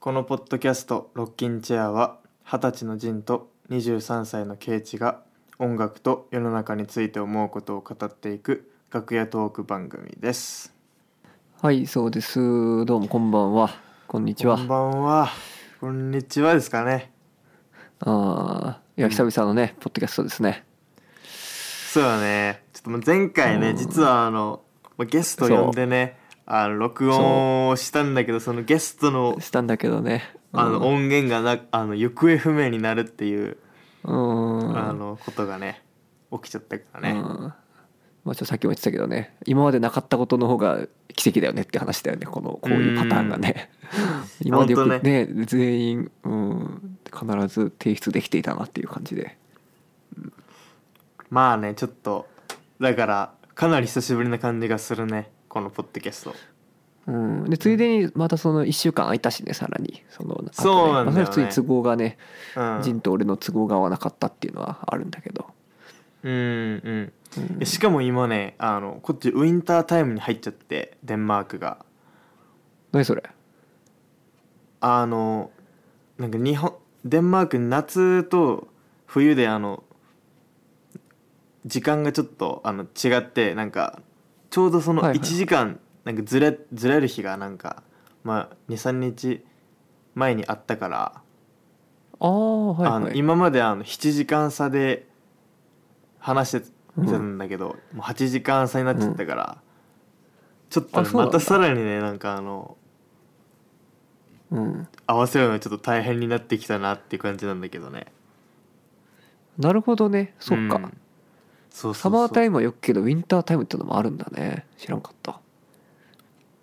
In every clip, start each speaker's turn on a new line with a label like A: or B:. A: このポッドキャスト「ロッキンチェア」は二十歳のジンと23歳のケイチが音楽と世の中について思うことを語っていく楽屋トーク番組です
B: はい、そうです。どうもこんばんは。こんにちは
A: こん。ばんはこんにちはですかね
B: ああ、いや久々のね、ポッドキャストですね。
A: そうだねちょっともう前回ね、
B: うん
A: 実はあのまあゲスト呼んでねあの録音をしたんだけどそのゲストの
B: したんだけどね。
A: あの音源がなあの行方不明になるっていう、
B: うん、うん
A: あのことがね起きちゃったからね、
B: うんまあちょっとさっきも言ってたけどね、今までなかったことの方が奇跡だよねって話だよね。このこういうパターンがね。今までよ
A: 本
B: く
A: 当
B: ね全員うん必ず提出できていたなっていう感じで。
A: まあねちょっとだからかなり久しぶりな感じがするねこのポッドキャスト
B: うん、でついでにまたその1週間空いたしねさらにその後ね
A: そうなんだよね
B: まあそれは普通に都合がね、
A: うん
B: ジンと俺の都合が合わなかったっていうのはあるんだけど、
A: うんうん
B: うん
A: えしかも今ねあのこっちウィンタータイムに入っちゃってデンマークが
B: 何それ
A: あのなんか日本デンマーク夏と冬であの時間がちょっとあの違ってなんかちょうどその
B: はいはい
A: 1時間なんかずれずれる日がなんか、まあ、23日前にあったから、
B: ああはいはい
A: あの今まであの7時間差で話してたんだけど、もう8時間差になっちゃったから、ちょっと
B: あ
A: ね
B: そうなん
A: ま
B: だ
A: たさらにねなんかあの
B: うん、
A: 合わせるのがちょっと大変になってきたなっていう感じなんだけどね。
B: なるほどねそっか、
A: うんそうそうそう
B: サマータイムはよくけどウィンタータイムってのもあるんだね知らんかった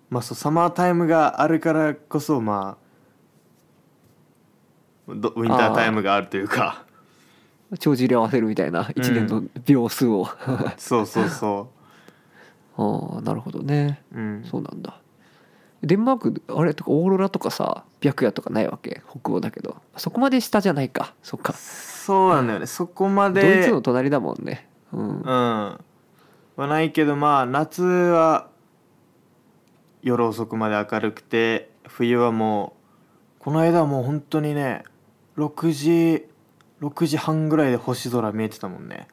A: まあそうサマータイムがあるからこそまあどウィンタータイムがあるというか
B: 帳尻合わせるみたいな一年の秒数 を、あ
A: そうそうそ
B: あなるほどね
A: う、うん、
B: そうなんだデンマークあれとかオーロラとかさ白夜とかないわけ北欧だけどそこまで下じゃないかそっか
A: そうなんだよねそこま
B: ド
A: で
B: イツの隣だもんねうん、
A: うんはないけどまあ夏は夜遅くまで明るくて冬はもうこの間はもう本当にね6時6時半ぐらいで星空見えてたもんね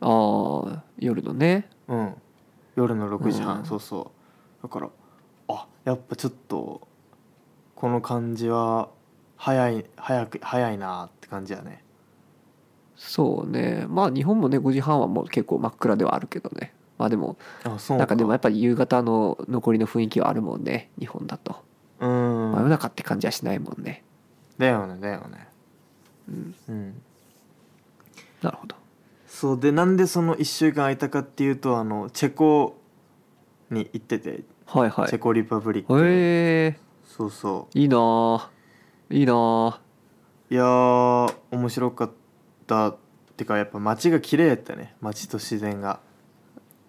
B: ああ夜のね
A: うん夜の6時半、
B: うん
A: そうそうだからあやっぱちょっとこの感じは早い早く早いなって感じやね
B: そうねまあ日本もね5時半はもう結構真っ暗ではあるけどねまあでも
A: あそう
B: なんかでもやっぱり夕方の残りの雰囲気はあるもんね日本だと
A: う
B: 真夜
A: ん
B: 中って感じはしないもんね
A: だよねだよね
B: うん
A: うん
B: なるほど
A: そうでなんでその1週間空いたかっていうとあのチェコに行ってて、
B: はいはい
A: チェコリパブリックに
B: へえ
A: そうそ
B: いいなあいいなあ
A: ういやー面白かったってかやっぱ街が綺麗やったね街と自然が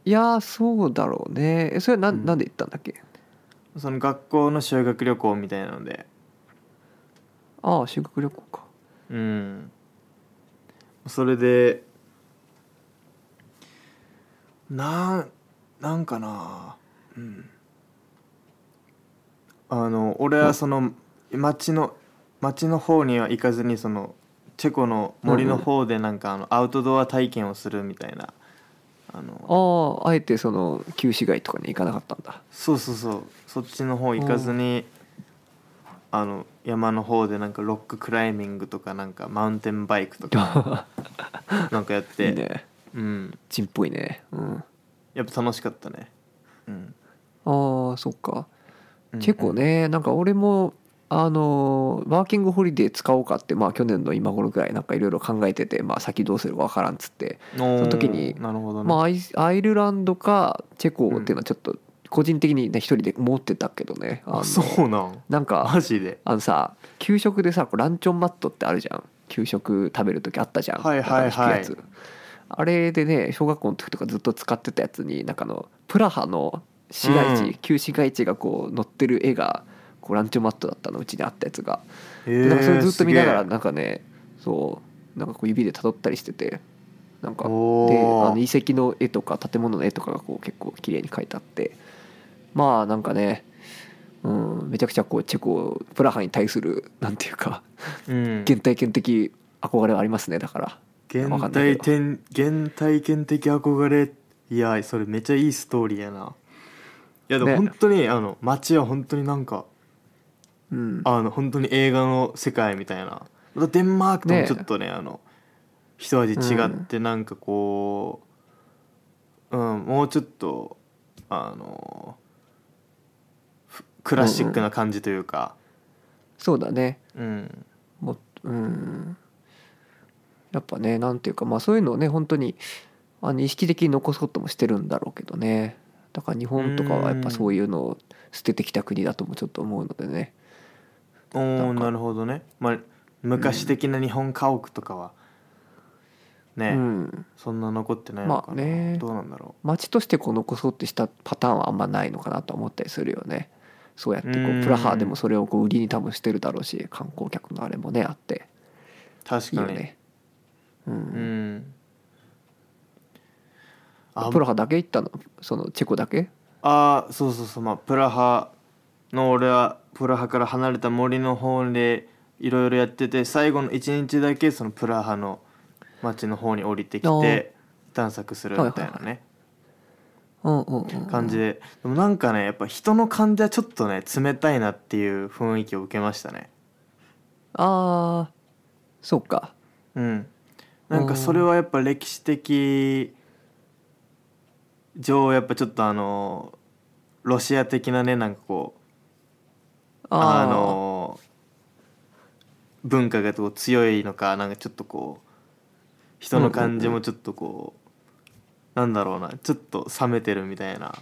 B: いやーそうだろうねえそれはな
A: うん
B: んなんで行ったんだっけ
A: その学校の修学旅行みたいなので
B: ああ修学旅行か
A: うんそれでなんなんかなうんあの俺はその町の町の方には行かずにそのチェコの森の方でなんかあのアウトドア体験をするみたいなあの
B: あああえてその旧市街とかに行かなかったん だ
A: そうそうそうそっちの方行かずにあの山の方でなんかロッククライミングとかなんかマウンテンバイクと かなんかやって
B: いいね
A: うん、
B: 人っぽいねうん
A: やっぱ楽しかったね、うん、
B: ああそっかチェコねなんか俺もあのーワーキングホリデー使おうかってまあ去年の今頃ぐらいなんかいろいろ考えててまあ先どうするかわからんっつって
A: その
B: の時に
A: なるほどね、
B: まあアイスアイルランドかチェコっていうのはちょっと個人的にね一人で持ってたけどねあ
A: あ
B: の
A: そうなん
B: なんか
A: マジで
B: あのさ給食でさこうランチョンマットってあるじゃん給食食べる時あったじゃん
A: はいはいはい
B: なんか引くやつあれでね小学校の時とかずっと使ってたやつになんかあのプラハの市街地、
A: うん
B: 旧市街地がこう載ってる絵がこうランチョンマットだったのうちにあったやつが
A: え
B: でなんかそれずっと見ながら
A: す
B: なんかねそうなんかこう指で辿ったりしててなん
A: げえ
B: か
A: お
B: であの
A: ー
B: 遺跡の絵とか建物の絵とかがこう結構綺麗に描いてあってまあなんかねうん、めちゃくちゃこうチェコプラハに対するなんていうか
A: うん
B: 現代圏的憧れはありますねだから
A: 現
B: わかんない
A: 代
B: けど
A: 天現体験的憧れいやそれめっちゃいいストーリーやないやでも
B: ね
A: 本当に、あの街は本当になんか
B: うん
A: あの本当に映画の世界みたいなまたデンマークとも
B: ね
A: ちょっとねあの一味違ってなんかこう、うんもうちょっとあのふクラシックな感じというか、
B: そうだね
A: うん
B: もううんやっぱねなんていうかまあそういうのをね本当にあの意識的に残そうともしてるんだろうけどねだから日本とかはやっぱそういうのを捨ててきた国だともちょっと思うのでね
A: おー
B: なんか
A: なるほどね、まあ、昔的な日本家屋とかは、
B: う
A: ね、
B: ん
A: そんな残ってないのかな、
B: まあね
A: どうなんだろ
B: 街としてこう残そうってしたパターンはあんまないのかなとは思ったりするよねそうやってこ
A: うん
B: うプラハでもそれをこう売りに多分してるだろうし観光客のあれもねあって
A: う確
B: いい
A: か
B: よ
A: に
B: ねう
A: うんんあ
B: プラハだけ行ったのそのチェコだけ
A: あーそうそうそうまあプラハの俺はプラハから離れた森の方でいろいろやってて最後の一日だけそのプラハの町の方に降りて
B: あ
A: き
B: ー
A: て探索するみたいなね、
B: はいうんうんうん
A: 感じででもなんかねやっぱ人の感じはちょっとね冷たいなっていう雰囲気を受けましたね
B: ああそうか
A: うんなんかそれはやっぱ歴史的上やっぱちょっとあのロシア的なねなんかこう
B: あ
A: あの文化がこう強いのかなんかちょっとこう人の感じもちょっとこう,、なんだろうなちょっと冷めてるみたいな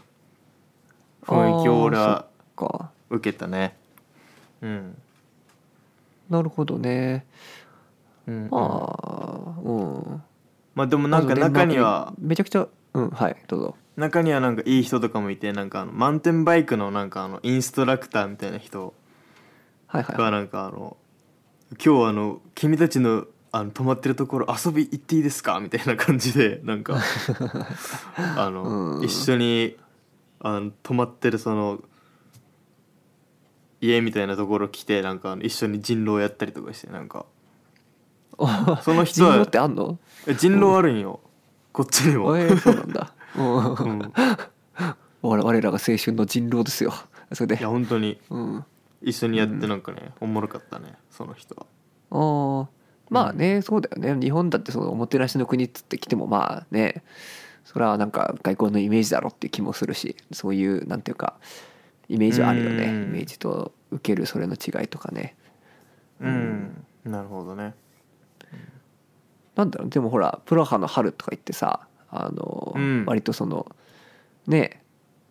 A: 雰囲気を俺は
B: ーそっか
A: 受けたねうん
B: なるほどね
A: うんうん
B: まあうん
A: まあでもなんか
B: あとデンマー
A: 中
B: ク
A: には
B: めちゃくちゃうんはいどうぞ
A: 中にはなんかいい人とかもいてなんかあのマウンテンバイクのなんかあのインストラクターみたいな人
B: はいはい
A: がなんかあの今日あの君たちのあの泊まってるところ遊び行っていいですかみたいな感じでなん かあの、
B: うん
A: 一緒にあの泊まってるその家みたいなところ来てなんかあの一緒に人狼やったりとかしてなんかその人
B: 人
A: は
B: 狼ってあんの
A: え人狼あるんよ、こっちにも、
B: えー、そうなんだ、
A: う、
B: うんん、
A: い
B: 我我らが青春の人狼ですよそれで
A: や本当に
B: うんあ
A: 一緒にやってなんかね、おもろかったねその人は
B: ーまあねそうだよね日本だってそのおもてなしの国っつって来てもまあねそれはなんか外交のイメージだろっていう気もするしそういうなんていうかイメージはあるよねイ
A: うん
B: メージと受けるそれの違いとかね
A: うん、なるほどね
B: なんだろうでもほら「プラハの春」とか言ってさあの、
A: うん
B: 割とそのね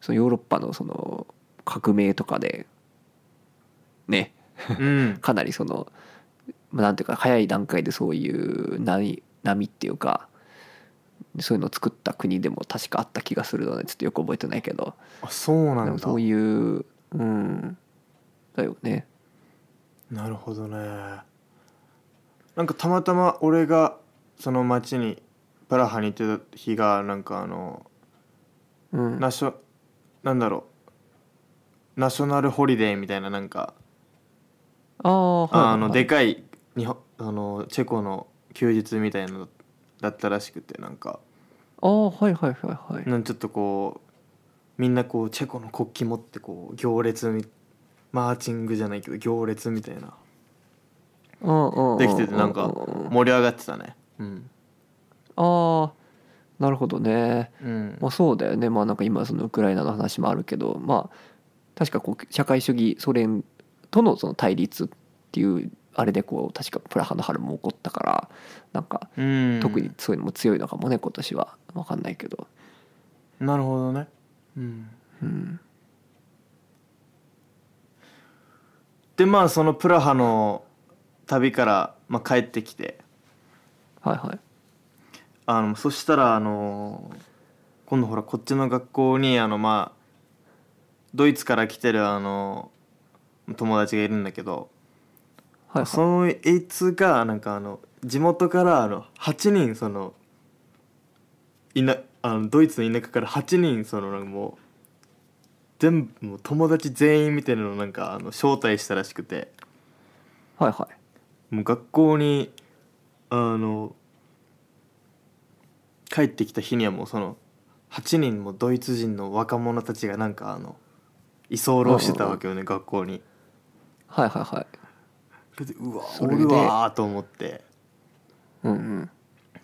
B: そのヨーロッパのその革命とかでね
A: うん
B: かなりそのまあなんていうか早い段階でそういう波波っていうかそういうのを作った国でも確かあった気がするのでちょっとよく覚えてないけど
A: あそうな
B: で
A: ん
B: も
A: だ
B: そういううんだよね
A: なるほどねなんかたまたま俺がその町にプラハに行ってた日がなんかあの
B: うん
A: ナショなんだろうナショナルホリデーみたいななんか
B: ああはいはいはい
A: あのでかい日本あのチェコの休日みたいなのだったらしくてなんか
B: ああはいはいはいはい
A: なんちょっとこうみんなこうチェコの国旗持ってこう行列みマーチングじゃないけど行列みたいな
B: うんうんうん
A: できててなんか
B: うんうんうん
A: 盛り上がってたねうん
B: ああなるほどね、
A: うん
B: まあ、そうだよねまあなんか今そのウクライナの話もあるけどまあ確かこう社会主義ソ連とのその対立っていうあれでこう確かプラハの春も起こったからなんか
A: うん
B: 特にそういうのも強いのかもね今年は分かんないけど、
A: なるほどね、うん、
B: うん、
A: でまあそのプラハの旅から、まあ、帰ってきて
B: はいはい
A: あのそしたらあの今度ほらこっちの学校にあのまあドイツから来てるあの友達がいるんだけど、
B: はいはい
A: そのいつがなんかあの地元からあの8人そのいなあのドイツの田舎から8人そのなんかもう全部もう友達全員みたいなのなんかあの招待したらしくて
B: はいはい
A: もう学校にあの帰ってきた日にはもうその8人もドイツ人の若者たちがなんかあの居候してたわけよね学校に。
B: はいはいはい
A: でうわ
B: そ
A: お
B: れで
A: るわーと思って
B: うんうん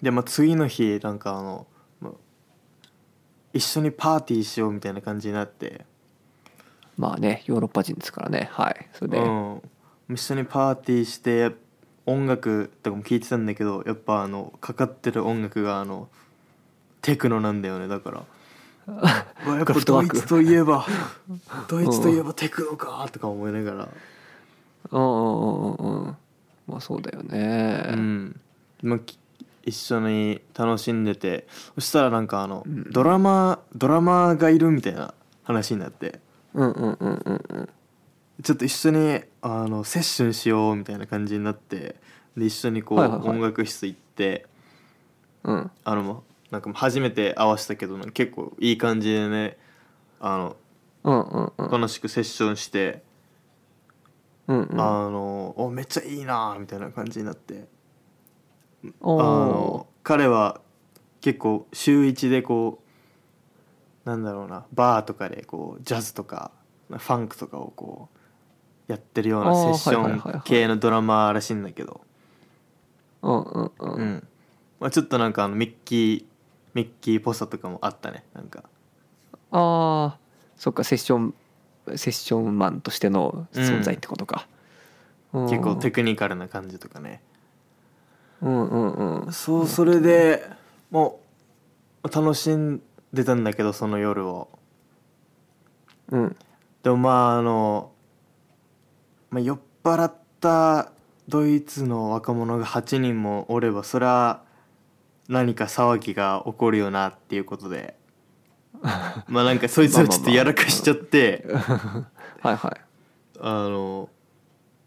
A: で、まあ、次の日なんかあの、まあ一緒にパーティーしようみたいな感じになって、
B: まあねヨーロッパ人ですからねはいそれで、
A: うん、一緒にパーティーして音楽とかも聴いてたんだけどやっぱあのかかってる音楽があのテクノなんだよねだ からうわやっぱ
B: クラフトワ
A: ド
B: ー
A: イ
B: ク
A: ツといえ ばドイツといえばテクノかとか思いながら、
B: うんうんうんうんまあそうだよね
A: うんまあ、き一緒に楽しんでてそしたらなんかあの、
B: うん
A: ドラマドラマーがいるみたいな話になって
B: うんうんうんうんうん
A: ちょっと一緒にあのセッションしようみたいな感じになってで一緒にこう、
B: はいはいはい
A: 音楽室行って
B: うん
A: あのまなんか初めて会わせたけどなんか結構いい感じでねあの
B: うんうんうん
A: 楽しくセッションして、
B: うんうん
A: あのおめっちゃいいなみたいな感じになってあ
B: おー
A: の彼は結構週一でこうなんだろうなバーとかでこうジャズとかファンクとかをこうやってるよう
B: あ
A: な
B: ー
A: セッシ
B: はいはいはい
A: ョ
B: は
A: ン
B: い
A: 系のドラマーらしいんだけど、
B: うんうんうん
A: うんまあ、ちょっとなんかあのミッキーミッキーっぽさとかもあったねなんか
B: ああそっかセッションセッションマンとしての存在ってことか、うん
A: 結構テクニカルな感じとかね、
B: うんうんうん
A: そうそれでもう楽しんでたんだけどその夜を
B: うん
A: でもまああの、まあ、酔っ払ったドイツの若者が8人もおればそりゃ何か騒ぎが起こるよなっていうことでまあなんかそいつをちょっとやらかしちゃって
B: はいはい
A: あの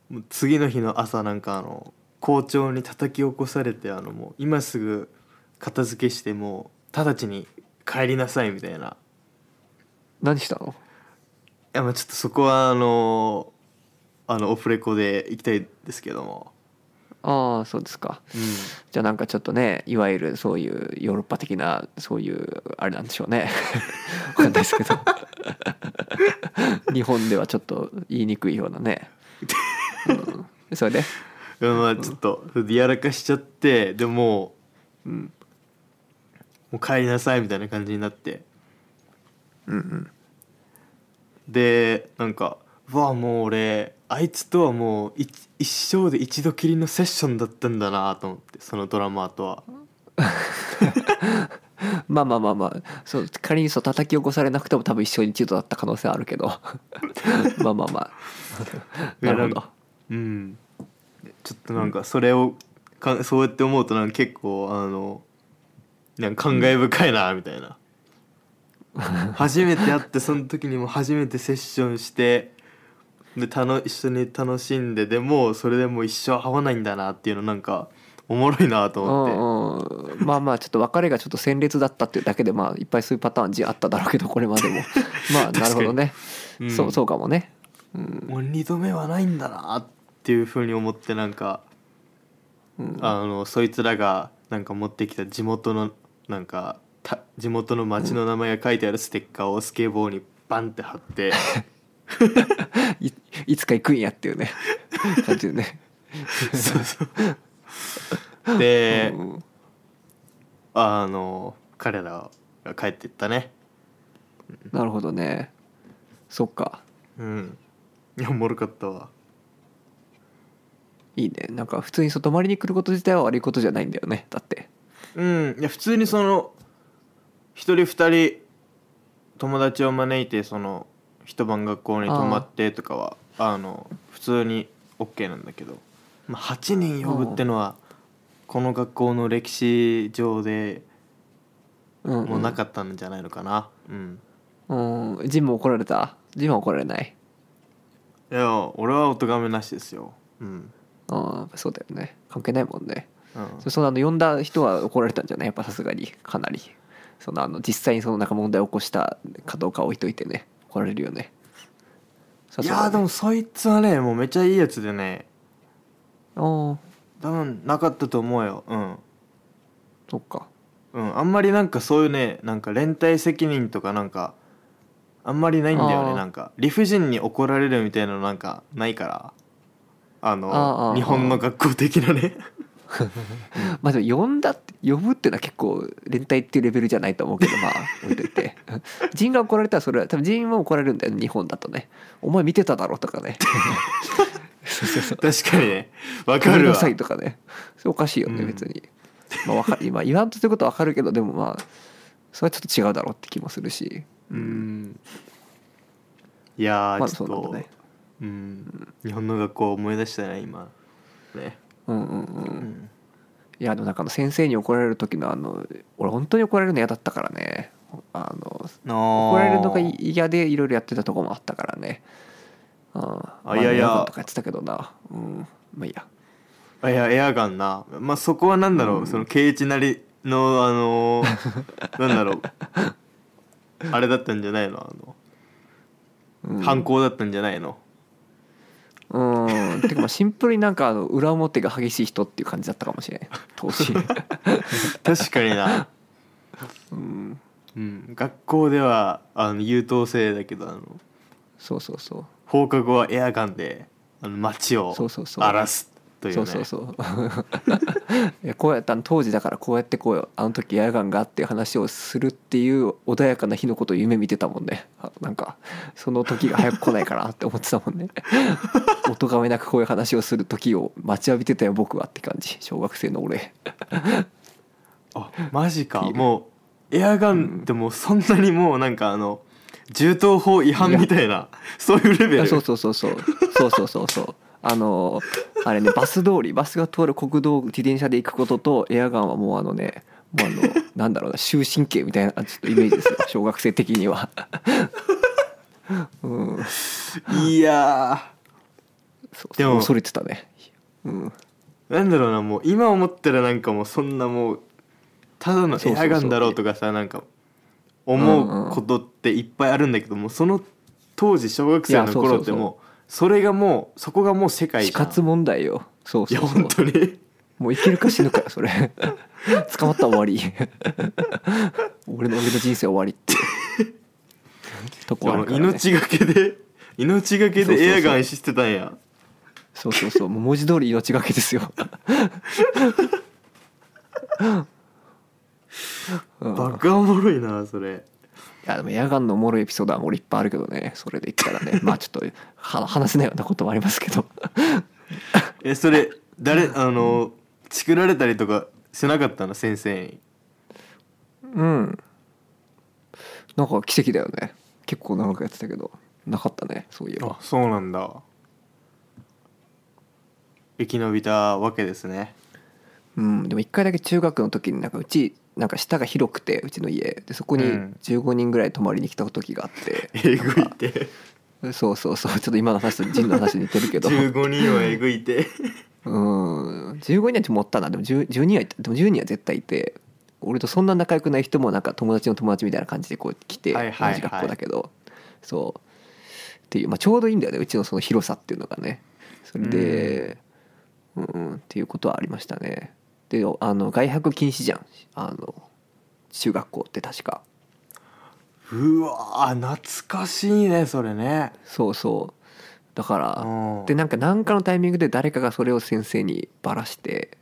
A: もう次の日の朝なんかあの校長に叩き起こされてあのもう今すぐ片付けしてもう直ちに帰りなさいみたいな。
B: 何したの
A: いやまあちょっとそこはあのあのオフレコで行きたいですけども、
B: ああそうですか
A: う
B: じゃあなんかちょっとねいわゆるそういうヨーロッパ的なそういうあれなんでしょうね わかんないです けど日本ではちょっと言いにくいようなね、うんそれで
A: ん、まあちょっとそれでやらかしちゃってでも
B: うん
A: うもう帰りなさいみたいな感じになって
B: うんうん
A: でなんかうわもう俺あいつとはもう一一生で一度きりのセッションだったんだなと思ってそのドラマーとは
B: まあまあまあまあそう仮にそう叩き起こされなくても多分一生に一度だった可能性はあ るけどまあまあまあ
A: いや
B: なるほど
A: うんちょっとなんかそれをかそうやって思うとなんか結構あのなんか感慨深いなみたい な初めて会ってその時にも初めてセッションしてでたの一緒に楽しんででもそれでもう一生会わないんだなっていうのなんかおもろいなと思って、
B: うんうん、まあまあちょっと別れがちょっと鮮烈だったっていうだけでまあいっぱいそういうパターンじあっただろうけどこれまで もまあなるほどね、
A: うん
B: そうそうかもね、うん
A: もう二度目はないんだなっていうふうに思ってなんか
B: うん、
A: あのそいつらがなんか持ってきた地元のなんかた地元の町の名前が書いてあるステッカーをスケボーにバンって貼 って
B: いいつか行くんやってい うね感じでね
A: そうそうで
B: うんうん
A: あの彼らが帰っていったね
B: なるほどねそっか
A: うんいやおもろかったわ
B: いいねなんか普通にそう泊まりに来ること自体は悪いことじゃないんだよねだって
A: うんいや普通にその一人二人友達を招いてその一晩学校に泊まってとかはあの普通に OK なんだけど、まあ、8人呼ぶってのはこの学校の歴史上で
B: うんうん、
A: もうなかったんじゃないのかなうん、
B: うんジンも怒られたジンは怒られない
A: いや俺はお咎めなしですようん、
B: ああそうだよね関係ないもんね
A: うん、
B: そそのあの呼んだ人は怒られたんじゃないやっぱさすがにかなりそのあの実際にそのなんか問題を起こしたかどうかは置いといてね怒られるよねさ
A: い
B: す
A: やーで
B: がに
A: も
B: ね
A: そいつはねもうめっちゃいいやつでね
B: ああ
A: 多分なかったと思うようん
B: そっか
A: うんあんまりなんかそういうねなんか連帯責任とかなんかあんまりないんだよ
B: あー
A: ねなんか理不尽に怒られるみたいなのなんかないからあの
B: あーあー
A: 日本の学校的なね
B: まあでも呼んだって呼ぶっていうのは結構連帯っていうレベルじゃないと思うけどま あ置いといて人が怒られたらそれは多分人は怒られるんだよね日本だとねお前見てただろとかねそうそうそう
A: 確かにねわ
B: ご
A: か
B: めん
A: る
B: な
A: わ
B: さいとかねそれおかしいよね
A: うん
B: 別に、まあわか る今言わんとすることはわかるけどでもまあそれはちょっと違うだろうって気もするし
A: うんいや
B: ま
A: ー
B: あ
A: ち
B: そ
A: ょ
B: う
A: っ
B: なん
A: と、
B: だね
A: うん日本の学校思い出したね今ね
B: うんうんうん、
A: うん
B: いやでもなんかあの先生に怒られる時のあの俺本当に怒られるの嫌だったからねあの怒
A: 怒
B: られるのが嫌でいろいろやってたとこもあったからねあ
A: あいやいや
B: とかやってたけどなうんまあいいや
A: あいやエアガンな、まあ、そこはなんだろう、
B: うん
A: その圭一なりのあのー なんだろうあれだったんじゃないのあの、
B: うん
A: 犯行だったんじゃない の
B: うんてかまあシンプルになんかあの裏表が激しい人っていう感じだったかもしれん 当時
A: 確かにな、
B: うん
A: うん、学校ではあの優等生だけどあの
B: そうそうそう
A: 放課後はエアガンであの街を
B: そうそうそう
A: 荒らすという
B: そう
A: ね
B: そうそう いやこうやった当時だからこうやってこうよあの時エアガンがあっていう話をするっていう穏やかな日のことを夢見てたもんねあなんかその時が早く来ないかなって思ってたも んねお咎めなくこういう話をする時を待ちわびてたよ僕はって感じ小学生の俺
A: あマジか
B: っていう
A: もうエアガンってもうそんなにもうなんかあの銃刀法違反みたいなそういうレベル
B: あそうそうそうそうそうそうそうそうあのあれねバス通りバスが通る国道を自転車で行くこととエアガンはもうあのねもうあのなんだろうな終身刑みたいなちょっとイメージですよ小学生的にはうん
A: いやー
B: そう
A: でも
B: 恐れてたねうん
A: なんだろうなもう今思ったらなんかもうそんなもうただの
B: そうそう
A: エ
B: そう
A: アガンだろうとかさなんか思うことっていっぱいあるんだけどもうその当時小学生
B: いや
A: の
B: そうそうそう
A: 頃ってもうそれがもうそこがもう世界
B: 死
A: じゃん
B: 活問題よそう
A: いや
B: そうそう
A: 本当に
B: もういけるか死ぬかそれ捕まったら終わり俺の俺の人生終わりってとこあるから、ね、
A: 命がけ で命がけ
B: そうそう
A: で
B: そ
A: エ
B: う
A: アガンしてたんや
B: そうそうそうもう文字通り命がけですよ、うん、い
A: バカおもろいなそれ
B: やでもエアガンのおもろいエピソードは俺いっぱいあるけどねそれで言ったらねまあちょっとは話せないようなこともありますけど
A: えそれ誰あのチクられたりとかしなかったの先生に
B: うんなんか奇跡だよね結構長くやってたけどなかったねそういえば
A: そうなんだ生き延びたわけです ね
B: うん、でも一回だけ中学の時になんかうちなんか下が広くてうちの家でそこに
A: うん
B: 15人ぐらい泊まりに来た時があって、
A: えぐいて
B: そうそうそうちょっと今の話とジンの話に似てる けど
A: 15人はえぐいて
B: うーん15人はちょっともったなでも10 10人はいたでも10人は絶対いて俺とそんな仲良くない人もなんか友達の友達みたいな感じでこう来て、
A: はいはいはい
B: 同じ学校だけどそうっていう、まあ、ちょうどいいんだよねうちのその広さっていうのがねそれでうん、うん、っていうことはありましたねであの外泊禁止じゃんあの中学校って確か
A: うわー懐かしいねそれね
B: そうそうだから
A: うん
B: でなんか何かのタイミングで誰かがそれを先生にばらして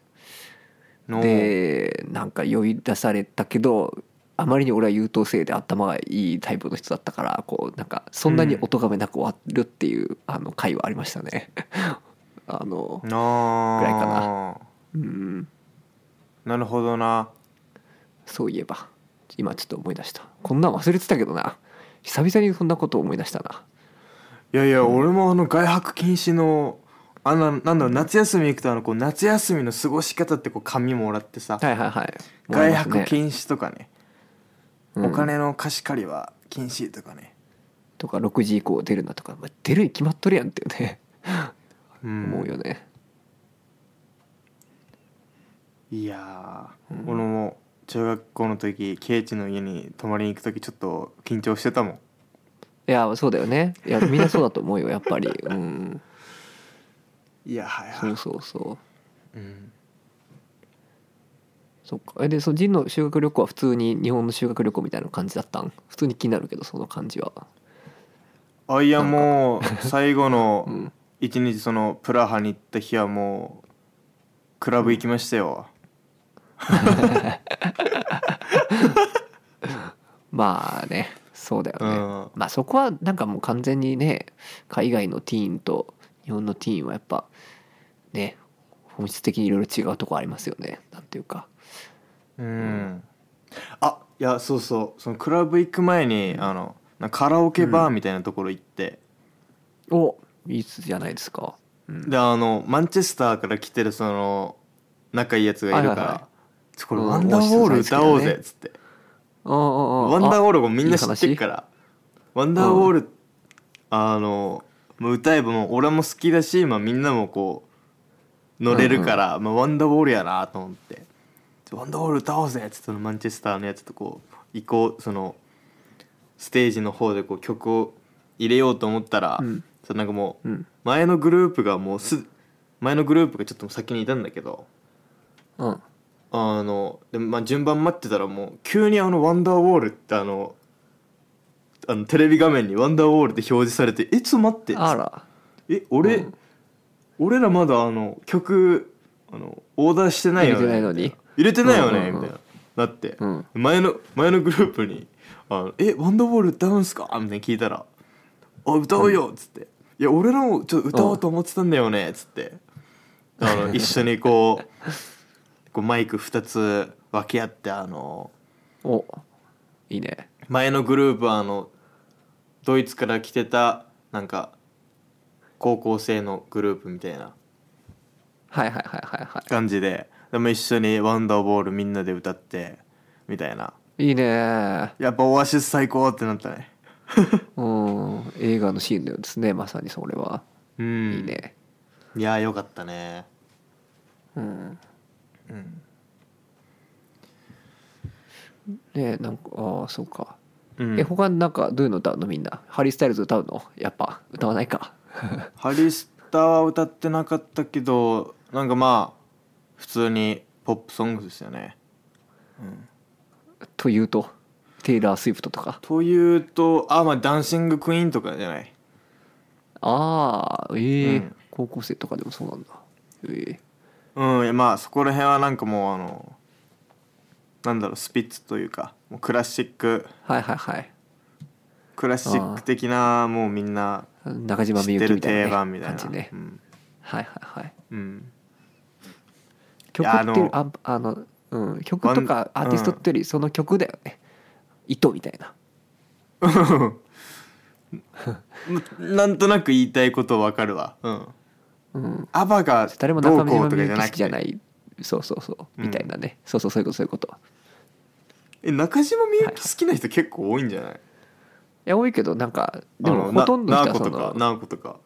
A: の
B: でなんか呼び出されたけどあまりに俺は優等生で頭がいいタイプの人だったからこうなんかそんなにお咎めなく終わるっていう、あの回はありましたね あの
A: の
B: ぐらいかうん
A: なるほどな
B: そういえば今ちょっと思い出したこんなん忘れてたけどな久々にそんなことを思い出したない
A: やいや、俺もあの外泊禁止のあんななんだろう夏休み行くとあのこう夏休みの過ごし方ってこう紙もらってさ、
B: はいはいはい
A: 外泊禁止とかね、
B: うん
A: お金の貸し借りは禁止とかね、
B: とか6時以降出るなとか、まあ、出るに決まっとるやんっていうね
A: うん
B: 思うよね
A: いやー、俺も中学校の時圭一の家に泊まりに行く時ちょっと緊張してたもん
B: いやそうだよねいやみんなそうだと思うよやっぱりうん
A: いやはや
B: そうそうそう
A: うん
B: そっかえでそのジンの修学旅行は普通に日本の修学旅行みたいな感じだったん普通に気になるけどその感じは
A: あいやもう最後
B: う
A: の
B: ん
A: 一日そのプラハに行った日はもうクラブ行きましたよ、
B: まあねそうだよ
A: う
B: ね、
A: ん
B: まあそこはなんかもう完全にね海外のティーンと日本のティーンはやっぱね本質的にいろいろ違うとこありますよねなんていうか
A: うん、あいやそうそうそのクラブ行く前に、あのなんかカラオケバーみたいなところ行って、
B: おいいじゃないですか、うん
A: であのマンチェスターから来てるその仲いいやつがいるから「
B: はいはいは
A: ちょこれ
B: うん
A: ワンダーウォール歌おうぜ」っつって、
B: あああ
A: ワンダーウ
B: あ
A: ォールもみんな知ってるからワンダーウォール、あのもう歌えばもう俺も好きだし、まあ、みんなもこう乗れるから、まあ、ワンダーウォールやなと思って「ワンダーウォール歌おうぜ」っつってそのマンチェスターのやつとこう行こうそのステージの方でこう曲を入れようと思ったら、
B: うん
A: そのなんかもう
B: うん
A: 前のグループがもうす前のグループがちょっと先にいたんだけど
B: うん
A: あのでもまあ順番待ってたらもう急にあの「ワンダーウォール」ってあのあのテレビ画面に「ワンダーウォール」って表示されて「えちょっと待って」
B: あら
A: え俺、
B: うん
A: 俺らまだあの曲あのオーダーしてないよね
B: 入れてないのに
A: 入れてないよね」
B: うんうんう
A: み
B: ん
A: たいなだって、
B: うん
A: 前の前のグループに「あのえワンダーボール歌うんすか?」みたいな聞いたら「あ歌おうよ」っつって「いや俺らもちょっと歌おうと思ってたんだよね」っつってあの一緒にこうこうマイク2つ分け合ってあの
B: おいいね
A: 前のグループはあのドイツから来てたなんか高校生のグループみたいな
B: はいはいはいはいは
A: 感じででも一緒に「ワンダーボール」みんなで歌ってみたいない
B: いいね
A: やっぱオアシス最高ってなったね
B: うん映画のシーンのようですねまさにそれは、
A: うん
B: いいね
A: いやーよかったね
B: うん
A: うん
B: ねなんかああそうか、
A: うん
B: え他なんかどういうの歌うのみんなハリー・スタイルズ歌うのやっぱ歌わないか
A: ハリスターは歌ってなかったけどなんかまあ普通にポップソングですよね
B: というとテイラー・スウィフトとか
A: というとあまあダンシングクイーンとかじゃない
B: ああええ
A: うん
B: 高校生とかでもそうなんだええ
A: うんいやまあそこら辺はなんかもうあのなんだろうスピッツというかもうクラシック
B: はいはいはい
A: クラシック的なもうみんな
B: 中島み
A: 知っ
B: ゆ
A: て
B: き
A: る
B: みたいな、ね、
A: 定番みたいな
B: 感じね、
A: うん
B: はいはいはい
A: うん
B: 曲
A: やあ
B: っていう
A: の
B: ああの、うん、曲とか
A: ワ
B: ア
A: ン
B: ーティストってよりその曲だよね、糸みたいな
A: なんとなく言いたいことわかるわうん
B: うん
A: アバが
B: 誰
A: ど
B: も
A: う
B: 中
A: こ
B: 島
A: うと
B: み
A: かじ
B: ゆ
A: ゃ
B: き
A: な
B: 好
A: く
B: きじゃな
A: て
B: いそうそうそう
A: うん
B: みたいなね、そうそうそういうことそういうこと
A: え中島みゆき好きな人結構多いんじゃない
B: いや多いけどなんかで
A: あ
B: も
A: の
B: ほとんどの
A: なナー
B: 人は
A: コ
B: そ
A: とか
B: の
A: ナーコとか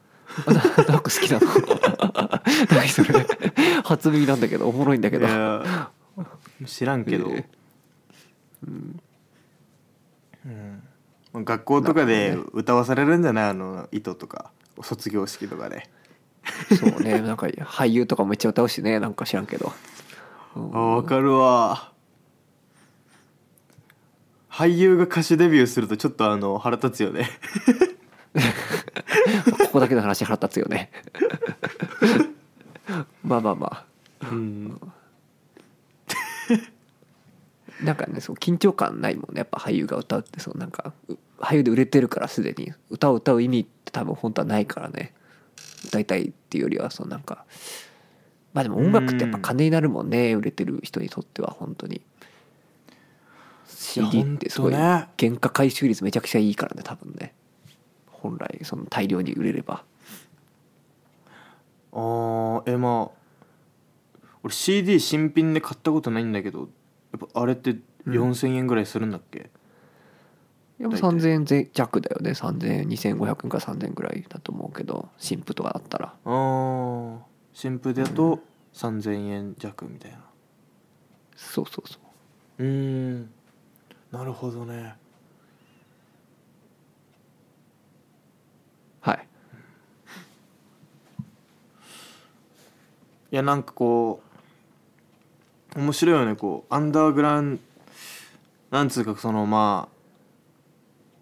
B: ダーク好きなの何それ初耳なんだけどおもろいんだけ
A: い
B: ど
A: や知らんけど
B: え
A: うん学校とか
B: な
A: で
B: るほ
A: 歌わされるんじゃないあの糸とか卒業式とかで
B: そうねなんか俳優とかめっちゃ歌うしねなんか知らんけど
A: あわかるわ俳優が歌手デビューするとちょっとあの腹立つよね
B: ここだけの話腹立つよね まあまあま
A: うん
B: あなんかねそう緊張感ないもんねやっぱ俳優が歌うってそうなんかう俳優で売れてるからすでに歌を歌う意味って多分本当はないからね歌いたいっていうよりはそうなんかまあでも音楽ってやっぱ金になるもんね売れてる人にとっては本当に CD ってすごい
A: いやほんとね
B: 原価回収率めちゃくちゃいいからね多分ね本来その大量に売れれば
A: あーえまあ俺 CD 新品で買ったことないんだけどやっぱあれって4,000円ぐらいするんだっけ、
B: でも
A: 大体
B: 3000円前弱だよね3000円2500円から3000円ぐらいだと思うけど新婦とかだったら
A: ああ新婦だと3,000円弱みたいな
B: そうそうそう
A: うーんなるほどねいやなんかこう面白いよねこうアンダーグラウンなんつうかそのまあ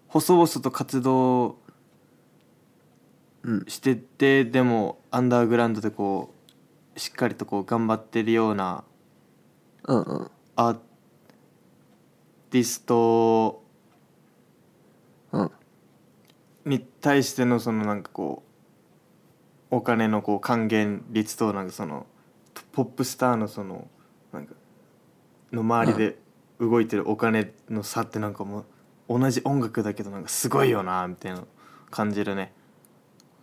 A: 細々と活動
B: うん
A: しててでもアンダーグラウンドでこうしっかりとこう頑張ってるような
B: うんうん
A: アーティスト
B: うん
A: に対してのそのなんかこうお金のこう還元率となんかそのポップスターのそのなんかの周りで動いてるお金の差ってなんかもう同じ音楽だけどなんかすごいよなみたいな感じるね。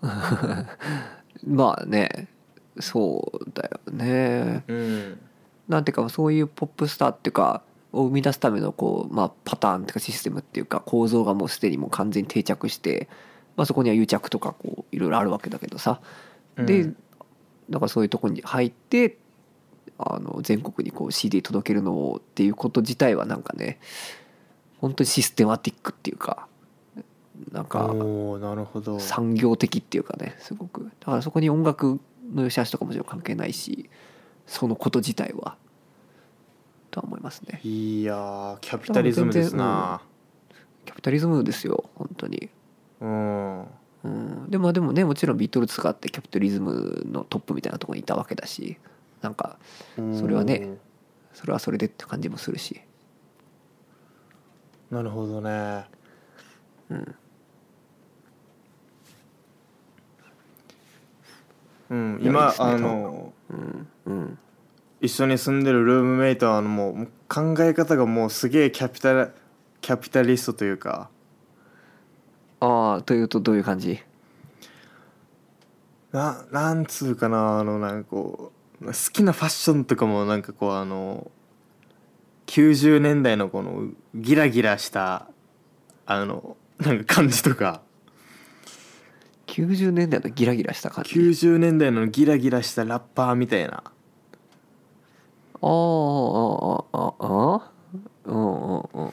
B: まあねそうだよね
A: うん、
B: なんていうかそういうポップスターっていうかを生み出すためのこう、まあ、パターンというかシステムっていうか構造がもうすでにもう完全に定着して、まあ、そこには癒着とかこういろいろあるわけだけどさで、
A: うん
B: だからそういうとこに入ってあの全国にこう CD 届けるのをっていうこと自体はなんかね本当にシステマティックっていうかなんか
A: おーなるほど。
B: 産業的っていうかねすごくだからそこに音楽の良し悪しとかもちろん関係ないしそのこと自体はとは思いますね
A: いやーキャピタリズムですな。
B: キャピタリズムですよ本当に
A: うん、
B: うんでもでもねもちろんビートルズがあってキャピタリズムのトップみたいなところにいたわけだしなんかそれはねそれはそれでって感じもするし
A: なるほどね
B: うん
A: うん
B: いやいい
A: 今
B: っすね
A: あの
B: うんうん
A: 一緒に住んでるルームメイトはあのもうもう考え方がもうすげえキャピタルキャピタリストというか
B: ああというとどういう感じ
A: ななんつうかなあのなんかこう好きなファッションとかもなんかこうあの90年代のこのギラギラしたあのなんか感じとか
B: 90年代のギラギラした感じ
A: 90年代のギラギラしたラッパーみたいな
B: あああああああうんうんうん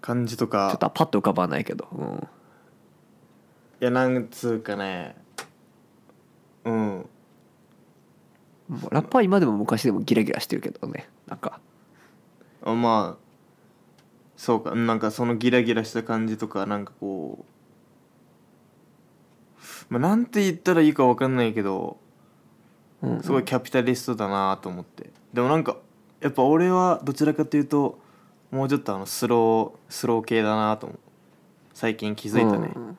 A: 感じと
B: ちょ
A: か
B: っとパッと浮かばないけど、うん、
A: いやなんつうかねうん
B: もうラッパーは今でも昔でもギラギラしてるけどねなんか
A: あまあそうかなんかそのギラギラした感じとかなんかこう、まあ、なんて言ったらいいか分かんないけど
B: うん
A: すごいキャピタリストだなと思ってでもなんかやっぱ俺はどちらかというともうちょっとあのスロースロー系だなと思う最近気づいたね
B: うん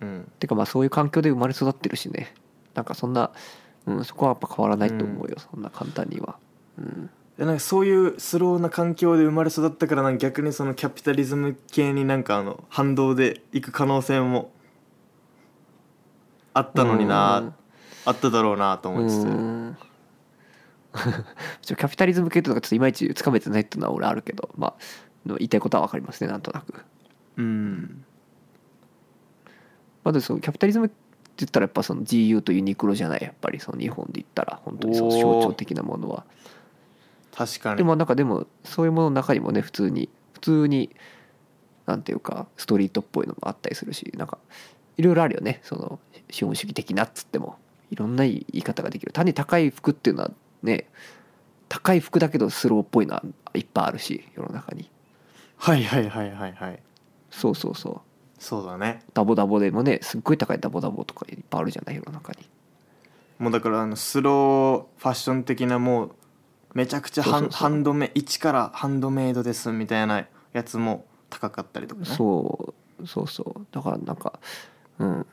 A: うん、
B: てかまあそういう環境で生まれ育ってるしねなんかそんな、うん、そこはやっぱ変わらないと思うよ、そんな簡単には、うん、
A: でなんかそういうスローな環境で生まれ育ったからなんか逆にそのキャピタリズム系になんかあの反動でいく可能性もあったのにな、
B: うん
A: あっただろうなと
B: う
A: 思いつつ、
B: ん ちょキャピタリズム系とかちょっといまいちつかめてないっていうのは俺あるけどまあの言いたいことは分かりますねなんとなく
A: うん、
B: まあでもそのキャピタリズムって言ったらやっぱその GU とユニクロじゃないやっぱりその日本で言ったら本当にその象徴的なものは
A: 確かに
B: でもなんかでもそういうものの中にもね普通に普通になんていうかストリートっぽいのもあったりするしなんかいろいろあるよねその資本主義的なっつってもいろんな言い方ができる単に高い服っていうのはね高い服だけどスローっぽいのはいっぱいあるし世の中に
A: はいはいはいはいはい
B: そうそうそう
A: そうだね
B: ダボダボでもねすっごい高いダボダボとかいっぱいあるじゃない世の中に
A: もうだからあのスローファッション的なもうめちゃくちゃハン
B: そうそうそう
A: ハンドメ一からハンドメイドですみたいなやつも高かったりとかね
B: そうそうそうだからなんかうん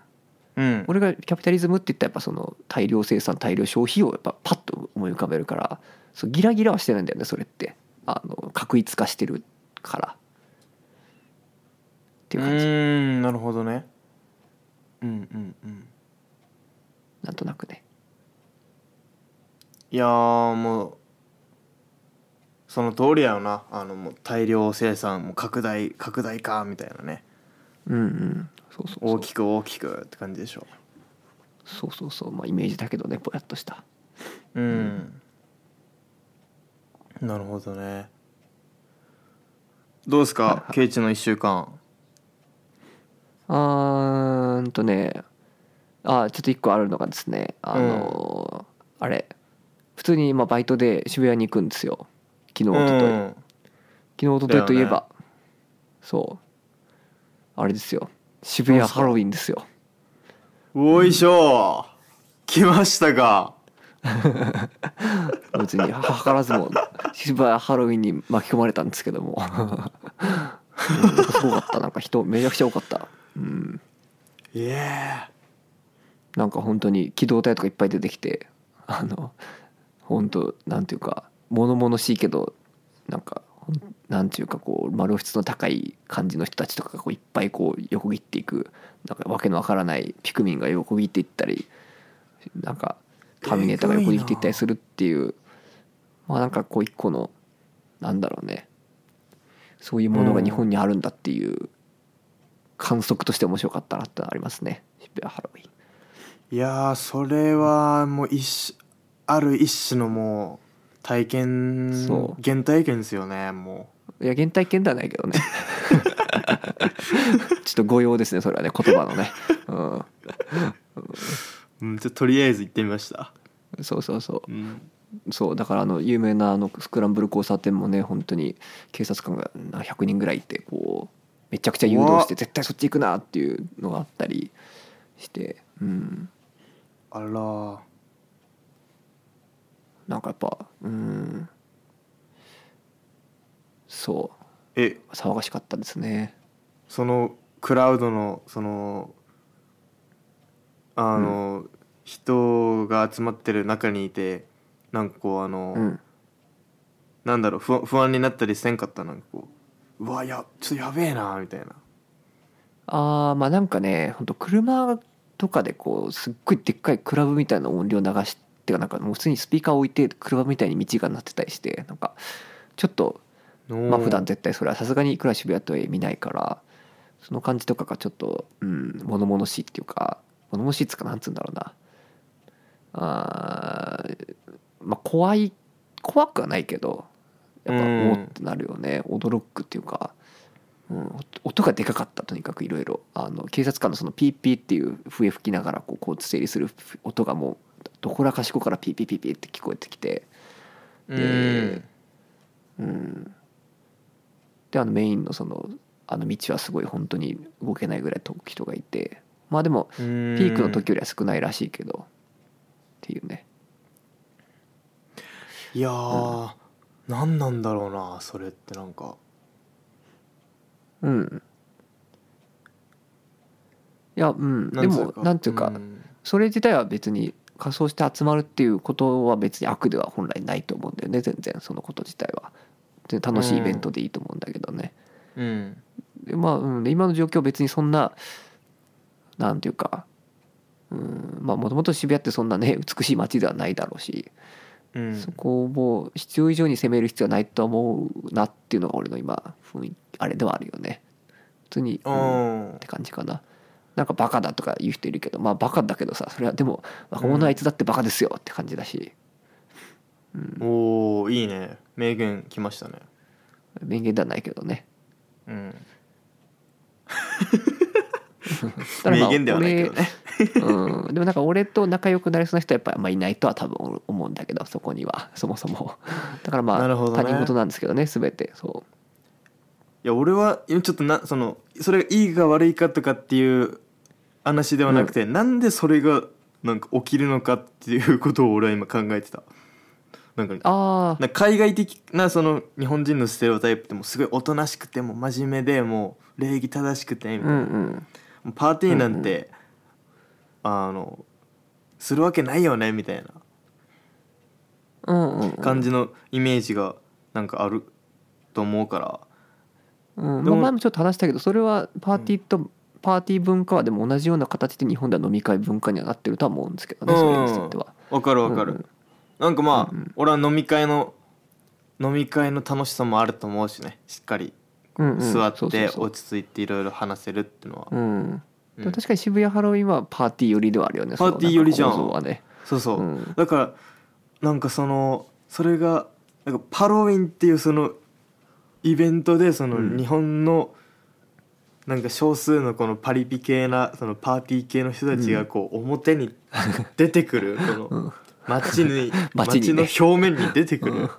A: うん
B: 俺がキャピタリズムって言ったらやっぱその大量生産大量消費をやっぱパッと思い浮かべるからそうギラギラはしてないんだよねそれってあの確一化してるからって
A: う
B: いう感じ
A: ーんなるほどねうんうんうん
B: なんとなくね
A: いやーもうその通りやよなあのもう大量生産もう拡大拡大かみたいなね
B: うんうんそうそうそう
A: 大きく大きくって感じでしょ
B: そうそうそうまあイメージだけどねぽやっとした
A: うん、なるほどねどうです
B: はいは
A: か
B: い
A: ケイチの1週間
B: あーんとねあーちょっと一個あるのがですねあのーあれ普通にまあバイトで渋谷に行くんですよ昨日
A: う
B: おととい昨
A: ん
B: 日おとといといえば、そうあれですよ渋谷
A: なんすか
B: ハロウィンですよ
A: おいしょ来ましたか
B: 別には図らずも渋谷ハロウィンに巻き込まれたんですけども、うん、すごかったなんか人めちゃくちゃ多かった、うん、
A: いえ
B: なんか本当に機動隊とかいっぱい出てきてあの本当なんていうか物々しいけどなんかほんなんていうかこう丸質の高い感じの人たちとかがこういっぱいこう横切っていくなんかわけのわからないピクミンが横切っていったりなんかターミネーターが横切っていったりするっていうまあなんかこう一個のなんだろうねそういうものが日本にあるんだっていう観測として面白かったなってのはありますね渋谷ハロウィン。
A: いやーそれはもう一種ある一種のもう体験
B: そう
A: 原体験ですよねも
B: いや原体験ではないけどね ちょっと誤用ですねそれはね言葉のね、
A: う、うん、ちょとりあえず行ってみました、
B: うん、そうそうそ
A: うん、
B: うそうだからあの有名なあのスクランブル交差点もね本当に警察官がな100人ぐらいいてこうめちゃくちゃ誘導して
A: うわ
B: 絶対そっち行くなっていうのがあったりしてうん
A: あらー
B: なんかやっぱうんそ
A: え
B: う騒がしかったですね
A: そのクラウドのそのあの、人が集まってる中にいてなんかこうあの、
B: うん
A: なんだろう不安不安になったりせんかったなんかこううわやちょっとやべえなみたいな
B: ああまあなんかねほんと車とかでこうすっごいでっかいクラブみたいな音量流してかなんかもう普通にスピーカー置いてクラブみたいに道がなってたりしてなんかちょっとまあ普段絶対それはさすがにいくら渋谷とは見ないからその感じとかがちょっとうん物々しいっていうか物々しいっつうかなんつうんだろうなあーまあ怖い怖くはないけどやっぱ
A: うん
B: おーってなるよね、驚くっていうか、うん、音音がでかかったとにかくいろいろあの警察官のそのピーピーっていう笛吹きながらこう交通整理する音がもうどこらかしこからピーピーピーピーって聞こえてきて。
A: う
B: で
A: ん
B: うん、であのメインのそのあの道はすごい本当に動けないぐらい遠く人がいてまあでも
A: ピ
B: ピ
A: ー
B: ークの時よりは少ないらしいけどっていうね
A: いやー、何なんだろうなそれってなんか
B: うんいやうん
A: な
B: で
A: んつう
B: もなんていうか、
A: ん
B: それ自体は別に仮装して集まるっていうことは別に悪では本来ないと思うんだよね全然そのこと自体はで楽しいイベントでいいと思うんだけどね、
A: うん
B: でまあ、うん、で今の状況別にそんななんていうかうんまあもともと渋谷ってそんなね 美しい街ではないだろうし、
A: うん
B: そこをもう必要以上に攻める必要はないとは思うなっていうのが俺の今雰囲気あれではあるよね普通に、うんっ
A: うん
B: て感じかななんかバカだとか言う人いるけどまあバカだけどさそれはでも若者はいつだってバカですよって感じだし、
A: おおいいね名言来ましたね
B: 名言ではないけどね
A: うん
B: ただまあ
A: 名言ではないけどね
B: うん、でもなんか俺と仲良くなりそうな人はやっぱりあんまいないとは多分思うんだけどそこにはそもそもだからま
A: な
B: あ、
A: るほどね
B: 他人事なんですけどね全てそ
A: いや俺は今ちょっとなそのそれがいいか悪いかとかっていう話ではなくて、なんでそれがなんか起きるのかっていうことを俺は今考えてたなんか
B: うああ
A: なんか海外的なその日本人のステレオタイプってもうすごいおとなしくてもう真面目でもう礼儀正しくてみたい
B: うん
A: な、
B: うん
A: もうパーティーなんて、あのするわけないよねみたいな
B: うんうん
A: 感じのイメージがなんかあると思うから
B: うん
A: で
B: まあ
A: も
B: 前もちょっと話したけどそれはパーティーと、パーティー文化はでも同じような形で日本では飲み会文化にはなってるとは思うんですけどね、それについては
A: わかるわかる、
B: うんうん
A: なんかまあ、
B: うんうん
A: 俺は飲み会の飲み会の楽しさもあると思うしねしっかり
B: うんうん
A: 座
B: そう
A: っ
B: そう
A: て
B: そう
A: 落ち着いていろいろ話せるっていうのは、
B: うんで
A: う
B: も
A: ん
B: 確かに渋谷ハロウィンはパーティー寄りではあるよね
A: パーティー寄りじゃん
B: そのなんか構造はね
A: そうそう、
B: うん
A: だからなんかそのそれがなんかハロウィンっていうそのイベントでその
B: うん
A: 日本のなんか少数のこのパ リピ系なそのパーティー系の人たちがこう表に出てくるこの
B: うん
A: 街に
B: 街
A: 街
B: にね
A: の表面に出てくる、
B: うん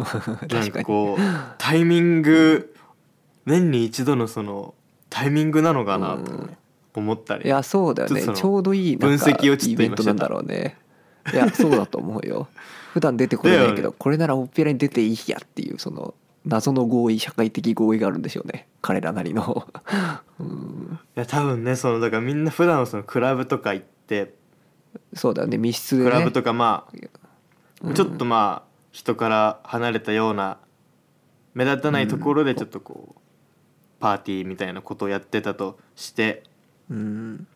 A: な
B: 確
A: ん
B: か
A: か
B: に
A: こうタイミング年に一度のそのタイミングなのかなと、ね思ったり
B: いやそうだよね
A: ちょっとその
B: ちょうどいいなんか
A: 分析をちょ
B: イ
A: っと
B: ベン
A: 今
B: トなんだろうねいやそうだと思うよ普段出てこれない
A: だ
B: け
A: よ
B: どこれならオペラに出ていいやっていうその謎の合意社会的合意があるんでしょうね彼らなりの うん
A: いや多分ねそのだからみんな普段はそのクラブとか行って
B: そうだよね密室で、ね、
A: クラブとかま
B: うん
A: あちょっとまあ人から離れたような目立たないところでちょっとこうパーティーみたいなことをやってたとして
B: うん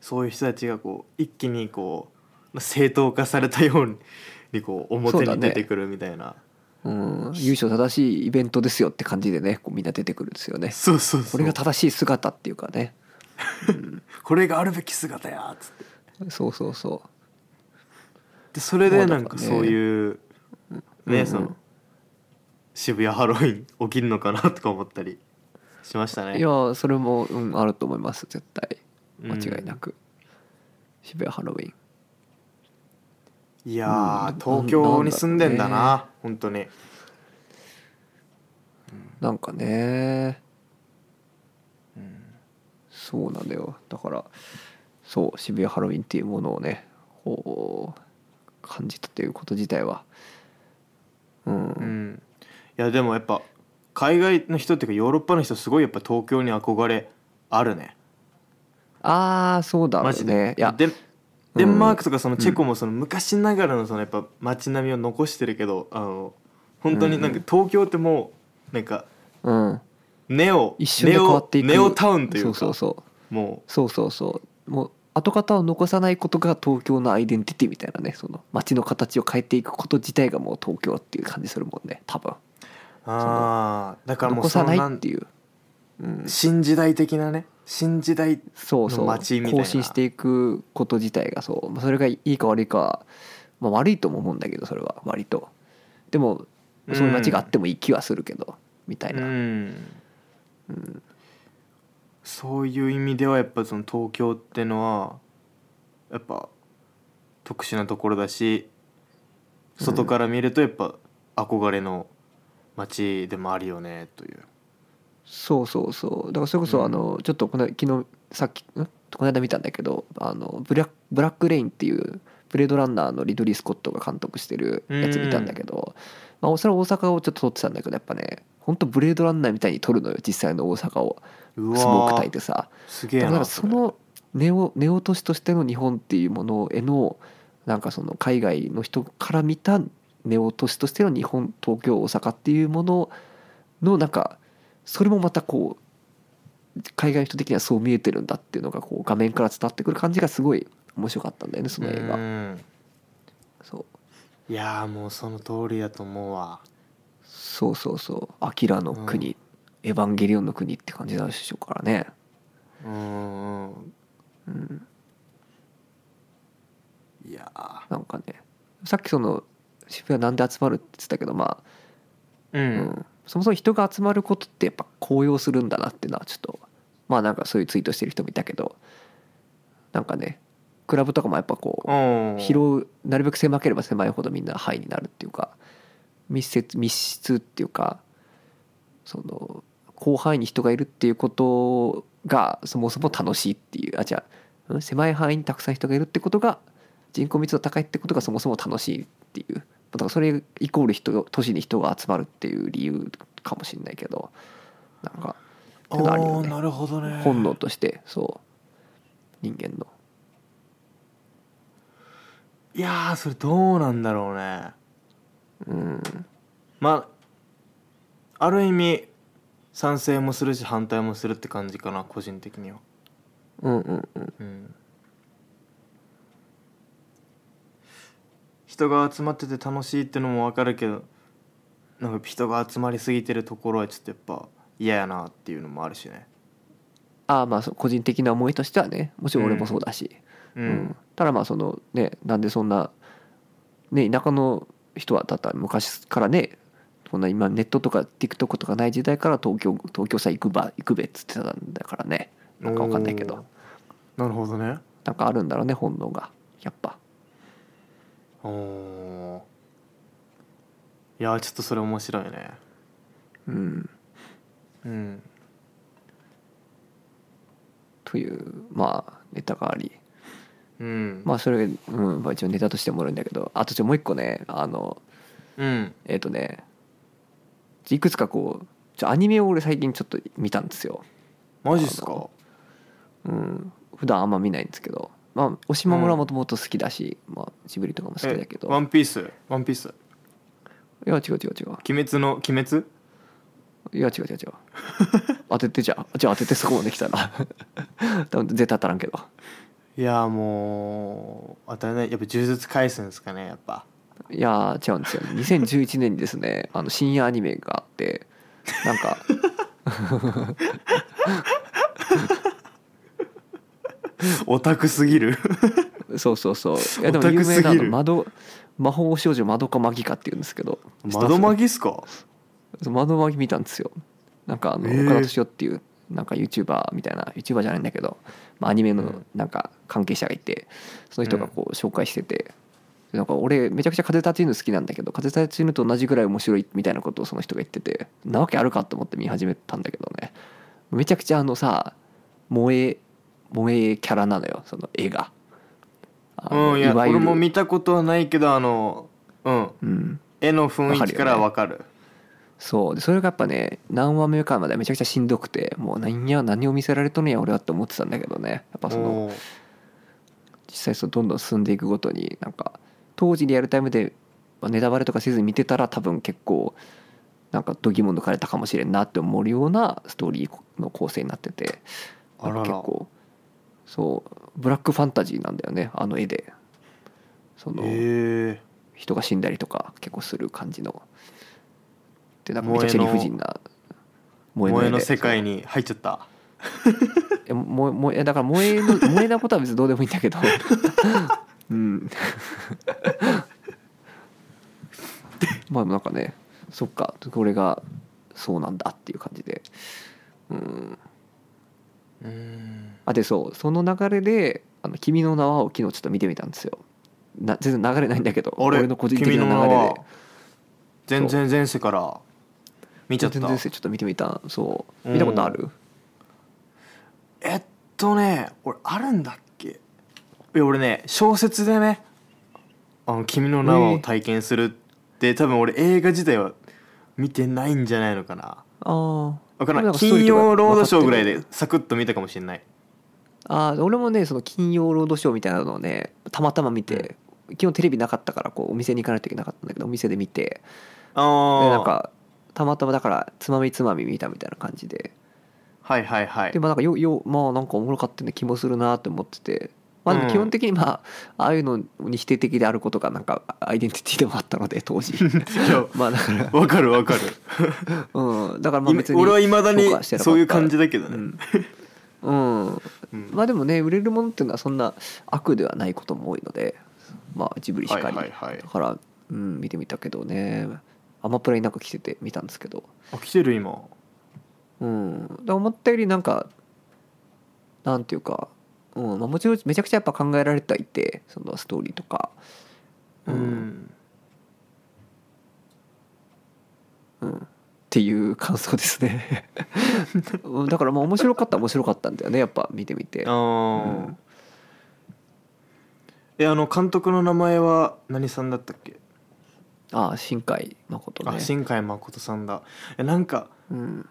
A: そういう人たちがこう一気にこう正当化されたようにこう
B: そう
A: 表
B: だ
A: に
B: ね
A: 出てくるみたいな
B: うん、優勝正しいイベントですよって感じでねこうみんな出てくるんですよね
A: そう,、そうそう
B: これが正しい姿っていうかね
A: これがあるべき姿やつって
B: そうそうそ
A: でそれで
B: ま
A: な
B: あだ
A: ん
B: から
A: か
B: ね
A: そういう
B: うんう
A: ね
B: ん
A: その渋谷ハロウィン起きるのかなとか思ったりしました
B: う、
A: ね
B: いやそれも、うん、あると思います絶対間違いな
A: く、
B: く、渋谷ハロウィン
A: いや
B: うん
A: ー東京に住んでんだな
B: なん
A: 本当に
B: なんかねそうなんだよだからそう渋谷ハロウィンっていうものをねこう感じたということ自体はうん、
A: うんいやでもやっぱ海外の人っていうかヨーロッパの人すごいやっぱ東京に憧れあるね
B: ああそうだろ
A: マ
B: う
A: ジ
B: ね
A: で
B: いや
A: デンデンマークとかそのチェコもその昔ながらのそのやっぱ街並みを残してるけどあの本当になんか東京ってもうなんか
B: うん
A: ネオ
B: 一瞬で変わっていく
A: ネオネオタウンという
B: そ
A: か
B: うそうそう
A: も
B: そうそうそうもう跡形を残さないことが東京のアイデンティティみたいなねその街の形を変えていくこと自体がもう東京っていう感じするもんね多分
A: うああだからも
B: 残
A: うそ
B: さ
A: の
B: ない
A: な
B: っ
A: ん
B: ていう、うん、
A: 新時代的なね新時代
B: そうそう
A: の街みたいな
B: 更新していくこと自体がそうまあそれがいいか悪いかは、まあ、悪いとも思うんだけどそれは割とでも
A: うん
B: そういう街があってもいい気はするけど、みたいうな、
A: んそういう意味ではやっぱその東京ってのはやっぱ特殊なところだし
B: うん
A: 外から見るとやっぱ憧れの街でもあるよねという
B: そうそうそうだからそれこそあのちょっとこの昨日さっきんこの間見たんだけどあのブラックブラックレインっていうブレードランナーのリドリー・スコットが監督してるやつ見たんだけど、まあ、それは大阪をちょっと撮ってたんだけどやっぱね本当ブレードランナーみたいに撮るのよ実際の大阪を
A: う
B: スモーク
A: わ
B: 焚い
A: ー
B: てさ
A: すげえ
B: だから
A: な
B: そのネオネオ都市としての日本っていうものへのなんかその海外の人から見たネオ都市としての日本東京大阪っていうもののなんかそれもまたこう海外の人的にはそう見えてるんだっていうのがこう画面から伝わってくる感じがすごい面白かったんだよねそ
A: そ
B: の
A: れ
B: 映画
A: うん
B: そう
A: いやーもうその通りだと思うわ
B: そうそうそう「アキラの国」エヴァンゲリオンの国」って感じなんでしょうからね、
A: うんうん
B: うん、
A: いやー
B: なんかねさっきその渋谷なんで集まるって言ってたけどまあ
A: う
B: うんん、そもそも人が集まることってやっぱ高揚するんだなっていうのはちょっとまあなんかそういうツイートしてる人もいたけどなんかねクラブとかもやっぱこ
A: うん
B: う広うなるべく狭ければ狭いほどみんなハイになるっていうか密接密室っていうかその広範囲に人がいるっていうことがそもそも楽しいっていうあじゃあうん狭い範囲にたくさん人がいるってことが人口密度高いってことがそもそも楽しいっていうだからそれイコール人が都市に人が集まるっていう理由かもしれないけどなんかってのあるよ
A: おー
B: ね
A: なるほどね
B: 本能としてそう人間の
A: いやーそれどうなんだろうね
B: うん
A: まあある意味賛成もするし反対もするって感じかな個人的には、
B: うんうんうん
A: うん、人が集まってて楽しいってのも分かるけどなんか人が集まりすぎてるところはちょっとやっぱ嫌やなっていうのもあるしね
B: ああまあそう個人的な思いとしてはねもちろん俺もそうだし、
A: う
B: うん
A: ん、
B: ただまあそのねなんでそんなね田舎の人はだったら昔からねこんな今ネットとか TikTok とかない時代から東京東京さ行くば行くべっつってたんだからねなんかわかんないけ
A: おー
B: ど
A: なるほどね
B: なんかあるんだろうね本能がやっぱ
A: おおーいやーちょっとそれ面白いね
B: うん、
A: うん
B: というまあネタがあり
A: うん
B: まあそれ、うんまあ、一応ネタとしてもあるんだけどあとちょもう一個ねあの
A: うん
B: えっ、とねいくつかこうちょアニメを俺最近ちょっと見たんですよ、
A: マジっす
B: あ
A: か
B: のうん普段あんま見ないんですけどまあ押島村はもともと好きだし、まあ、ジブリとかも好きだけど
A: えワンピースワンピース
B: いや違う違う違う
A: 鬼滅の鬼滅
B: いや違う違う違 う当ててじゃあじゃあ当ててそこまで来たら 多分絶対当たらんけど
A: いやーもう当たりないやっぱ呪術廻戦ですかねやっぱ
B: いやー違うんですよ2011年にですねあの深夜アニメがあってなんか
A: オタクすぎ る
B: そうそうそういや
A: オ
B: でも
A: タク
B: 有名な
A: すぎ
B: の
A: る
B: 窓魔法少女まどかマギカっていうんですけど
A: 窓マギっすか
B: そう窓マギ見たんですよなんかあの、
A: へー
B: 岡田敏夫っていうなんか YouTuber みたいな YouTuber じゃないんだけど、まあ、アニメ
A: う
B: の
A: ん
B: なんか関係者がいてその人がこう紹介してて、なんか俺めちゃくちゃ風立ちぬ好きなんだけど風立ちぬと同じぐらい面白いみたいなことをその人が言っててなわけあるかと思って見始めたんだけどねめちゃくちゃあのさ萌え萌えキャラなのよその絵が。あの
A: うんいや
B: わゆ
A: 俺
B: る
A: も見たことはないけどあのうん
B: うん、
A: 絵の雰囲気からわ
B: わ
A: かる
B: そうでそれがやっぱね何話目かまでめちゃくちゃしんどくてもう何や何を見せられとんねや俺はって思ってたんだけどねやっぱその
A: おー
B: 実際そうどんどん進んでいくごとになんか当時リアルタイムでまあネタバレとかせずに見てたら多分結構なんか度肝抜かれたかもしれんなって思うようなストーリーの構成になってて
A: あらら
B: なんか結構そうブラックファンタジーなんだよねあの絵でその、
A: え
B: 人が死んだりとか結構する感じのでなんかめちゃくちゃ理不尽な
A: え
B: 萌
A: 萌えの
B: 絵で
A: 世界に入っちゃった
B: そうえ萌え萌えだから萌えの萌えなことは別にどうでもいいん だけどうんまあなんかねそっかこれがそうなんだっていう感じでうん
A: うん
B: あでそうその流れで「あの君の名は」を昨日ちょっと見てみたんですよな全然流れないんだけど
A: あれ
B: 俺の個人的な流れで
A: 君の名は全然前世から見ちゃった
B: 全然ちょっと見てみたそう
A: うん
B: 見たことある、
A: えっとね俺あるんだっけいや俺ね小説でね「あの君の名は」を体験するって、多分俺映画自体は見てないんじゃないのかな
B: ああ
A: 分からない金曜ロードショーぐらいでサクッと見たかもしれない
B: ああ俺もねその金曜ロードショーみたいなのをねたまたま見て、基本テレビなかったからこうお店に行かないといけなかったんだけどお店で見てで
A: ああ
B: なんかたまたまだからつまみつまみ見たみたいな感じで
A: はいはいはい
B: でもなんかよよまあなんかおもろかったね気もするなって思ってて。まあ、でも基本的にまあああいうのに否定的であることがなんかアイデンティティでもあったので 当時
A: いや
B: まあだから、
A: わかるわかる
B: うん、だから まあ
A: い
B: 別に
A: 俺はいまだに
B: 評価してなかった
A: そういう感じだけどね、
B: うん、うん、
A: うん
B: まあでもね売れるものっていうのはそんな悪ではないことも多いのでまあジブリしかり、
A: はいはいはい
B: だから、うん、見てみたけどねアマプラになんか来てて見たんですけど、
A: あ来てる今
B: うん、だから思ったよりなんかなんていうか、うんまあ、もちろんめちゃくちゃやっぱ考えられてはいてそのストーリーとか、
A: うん、
B: うん、っていう感想ですねうんだからまあ面白かったら面白かったんだよねやっぱ見てみて
A: あー、
B: うん
A: えあの監督の名前は何さんだったっけ
B: ああ新海誠ね
A: あ新海誠さんだえなんか
B: うん、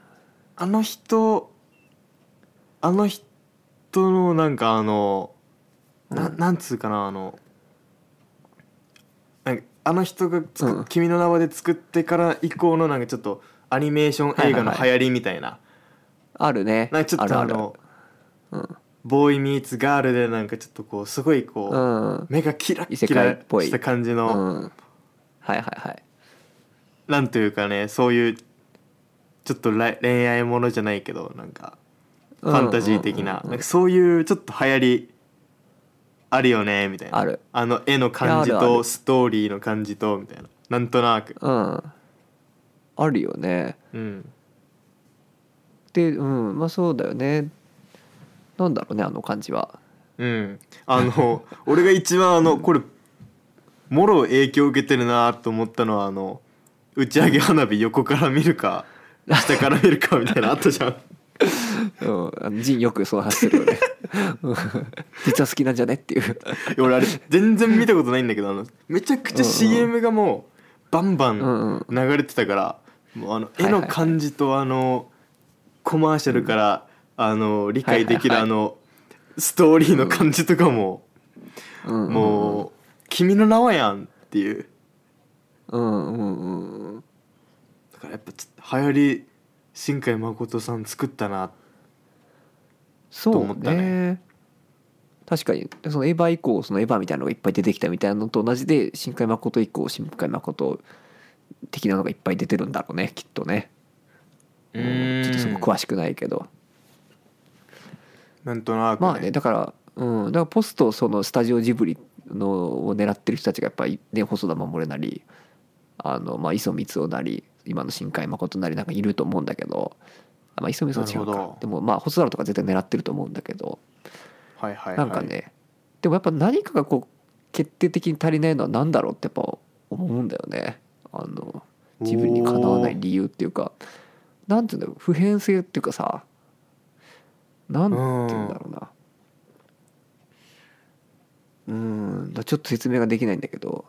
A: あの人あの人のなんかあのな
B: うん
A: なんつうかなあのなんかあの人がつく、
B: うん
A: 君の名は」で作ってから以降のなんかちょっとアニメーション映画の
B: はい
A: 流
B: はいはい
A: 行りみたいな、
B: あるね
A: なんかちょっとあ
B: るる
A: の
B: うん
A: ボーイミーツガールでなんかちょっとこうすごいこう、
B: うん
A: 目がキラッ
B: 異世
A: キラ
B: 界っぽい
A: した感じの、
B: うん、はいはいはい
A: なんというかねそういうちょっとら恋愛ものじゃないけどなんかファンタジー的な
B: うんうんうんうん
A: なんかそういうちょっと流行りあるよねみたいな
B: ある
A: の絵の感じ
B: いやあるあ
A: と
B: る
A: ストーリーの感じとみたいななんとなく、
B: うんあるよね
A: うん、
B: でうんまあそうだよねなんだろうねあの感じは
A: うん、あの俺が一番あのこれもろ影響受けてるなと思ったのはあの打ち上げ花火横から見るか下から見るかみたいなのあったじゃん
B: うんあのジンよくそう話するよねうん実は好きなんじゃねっていう
A: 俺あれ全然見たことないんだけどあのめちゃくちゃ
B: うんうん
A: CM がもうバンバ
B: う
A: ン
B: んうん
A: 流れてたからもうあの
B: いは
A: 絵
B: いはい
A: の感じとあのコマーシャルからあの理解できる
B: はい
A: あ
B: はい
A: のストーリーの感じとかも
B: うんうん
A: もう「君の名はやん」っていう
B: うんうんうん
A: だからやっぱちょっと流行り新海誠さん作ったな
B: そ
A: と思
B: う
A: った
B: ね確かにそのエヴァ以降そのエヴァみたいなのがいっぱい出てきたみたいなのと同じで新海誠以降新海誠的なのがいっぱい出てるんだろうねきっとねうんちょっとそこ詳しくないけど
A: なんとなく、
B: まあねだからうんだからポストそのスタジオジブリのを狙ってる人たちがやっぱりね細田守なりあのまあ磯光雄なり今の新海誠なりなんかいると思うんだけどあまあ磯光雄は違う
A: なるほ
B: か
A: ど
B: でもまあ細田のとか絶対狙ってると思うんだけど
A: はいはいはい、
B: なんかねでもやっぱ何かがこう決定的に足りないのは何だろうってやっぱ思うんだよねあの自分にかなわない理由っていうかなんていうんだろう普遍性っていうかさなんて言うんだろうなうんだからちょっと説明ができないんだけど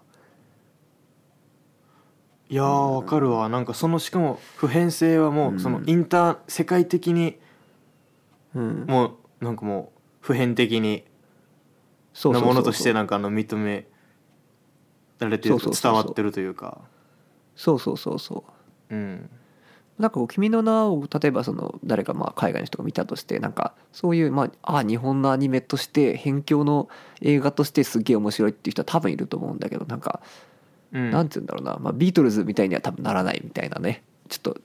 A: いやーわかるわなんかそのしかも普遍性はも
B: う
A: うんそのインター世界的に
B: うん
A: もうなんかもう普遍的に
B: そう
A: な
B: そうそうそう
A: ものとしてなんかあの認められてる
B: そうそうそうそう
A: 伝わってるというか
B: そうそうそうそう
A: うん
B: なんかこう「君の名」を例えばその誰かまあ海外の人が見たとしてなんかそういうまああ日本のアニメとして辺境の映画としてすげえ面白いっていう人は多分いると思うんだけどなんか
A: うん
B: なんて言うんだろうなまあビートルズみたいには多分ならないみたいなねちょっと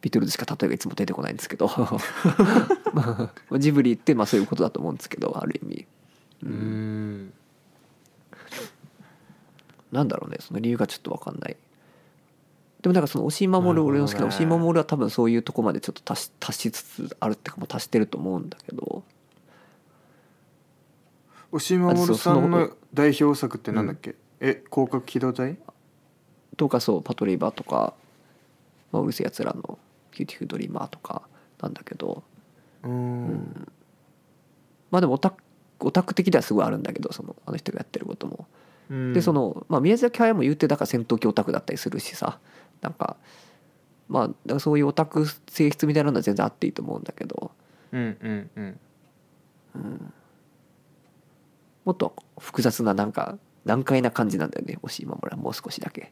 B: ビートルズしか例えがいつも出てこないんです けどまあジブリってまあそういうことだと思うんですけどある意味
A: うーん
B: なんだろうねその理由がちょっと分かんないでもなんかその押井守
A: なるほどね
B: 俺の好きな押井守は多分そういうとこまでちょっと足し足しつつあるってかもう足してると思うんだけど
A: 押井守さん
B: あそう
A: の代表作ってなんだっけ、え広角機動隊
B: とかそう「パトレイバー」とか「まあ、うるせえやつらのビューティフルドリーマー」とかなんだけど
A: うーん
B: まあでもオタクオタク的ではすごいあるんだけどそのあの人がやってることも。
A: うん
B: でその、まあ、宮崎駿も言うてだから戦闘機オタクだったりするしさなんかまあだからそういうオタク性質みたいなのは全然あっていいと思うんだけど
A: うんうんうん
B: もっと複雑ななんか難解な感じなんだよね押井守はもう少しだけ。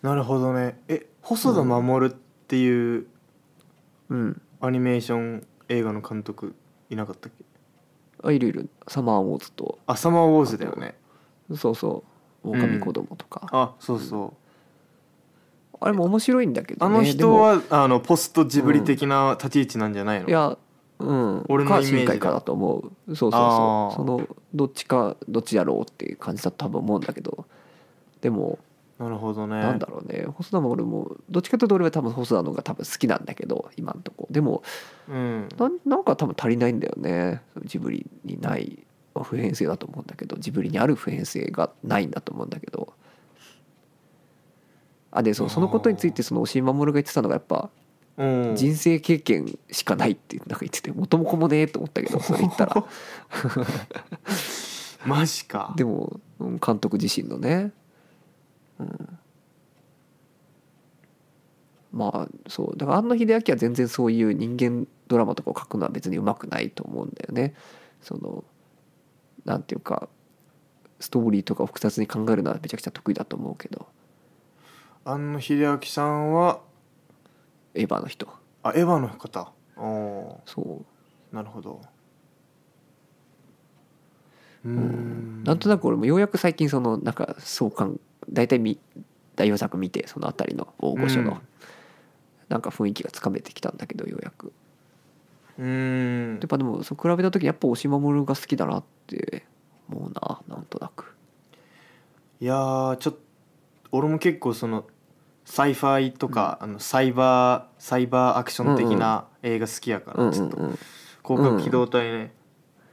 A: なるほどねえ細田守っていう
B: うん、
A: アニメーション映画の監督いなかったっけ
B: あいるいるサマーウォーズと
A: あサマーウォーズだよね
B: そうそう狼子供とか、
A: あそうそう
B: あれも面白いんだけど、
A: あ
B: ね、
A: の人
B: でも
A: は、あのポストジブリ的な立ち位置なんじゃないの、
B: いやうん
A: 俺のイメージだ
B: か新海かだと思うそうそう
A: あ
B: そ
A: ー
B: うそのどっちかどっちやろうっていう感じだと多分思うんだけどでも
A: なるほどね
B: なんだろうね細田守もどっちかというと俺は多分細田の方が多分好きなんだけど今んとこでも
A: うん
B: なんなんか多分足りないんだよねジブリにないまあ普遍性だと思うんだけどジブリにある普遍性がないんだと思うんだけどあでそ
A: あ
B: う
A: ー
B: そのことについてその押井守が言ってたのがやっぱ
A: うん
B: 人生経験しかないってなんか言ってて元も子もねえと思ったけどそれ言っ たら
A: マジか
B: でもうん監督自身のね、うん、まあそうだから庵野秀明は全然そういう人間ドラマとかを書くのは別にうまくないと思うんだよね。そのなんていうかストーリーとかを複雑に考えるのはめちゃくちゃ得意だと思うけど
A: 庵野秀明さんは
B: エヴァの人
A: あエヴァの方お
B: そう
A: ーなるほどうーん
B: なんとなく俺もようやく最近そのなんか相関大体み代表作見てそのあたりの大御所
A: うん
B: のなんか雰囲気がつかめてきたんだけどようやく
A: うーん
B: やっぱでもそう比べた時にやっぱ押し守るが好きだなって思うななんとなく
A: いやーちょっと俺も結構そのサイファイとか、あのサイバーサイバーアクション的な映画好きやから、
B: うんう
A: ちょ
B: ん
A: っと
B: うん
A: 広角機動隊ね、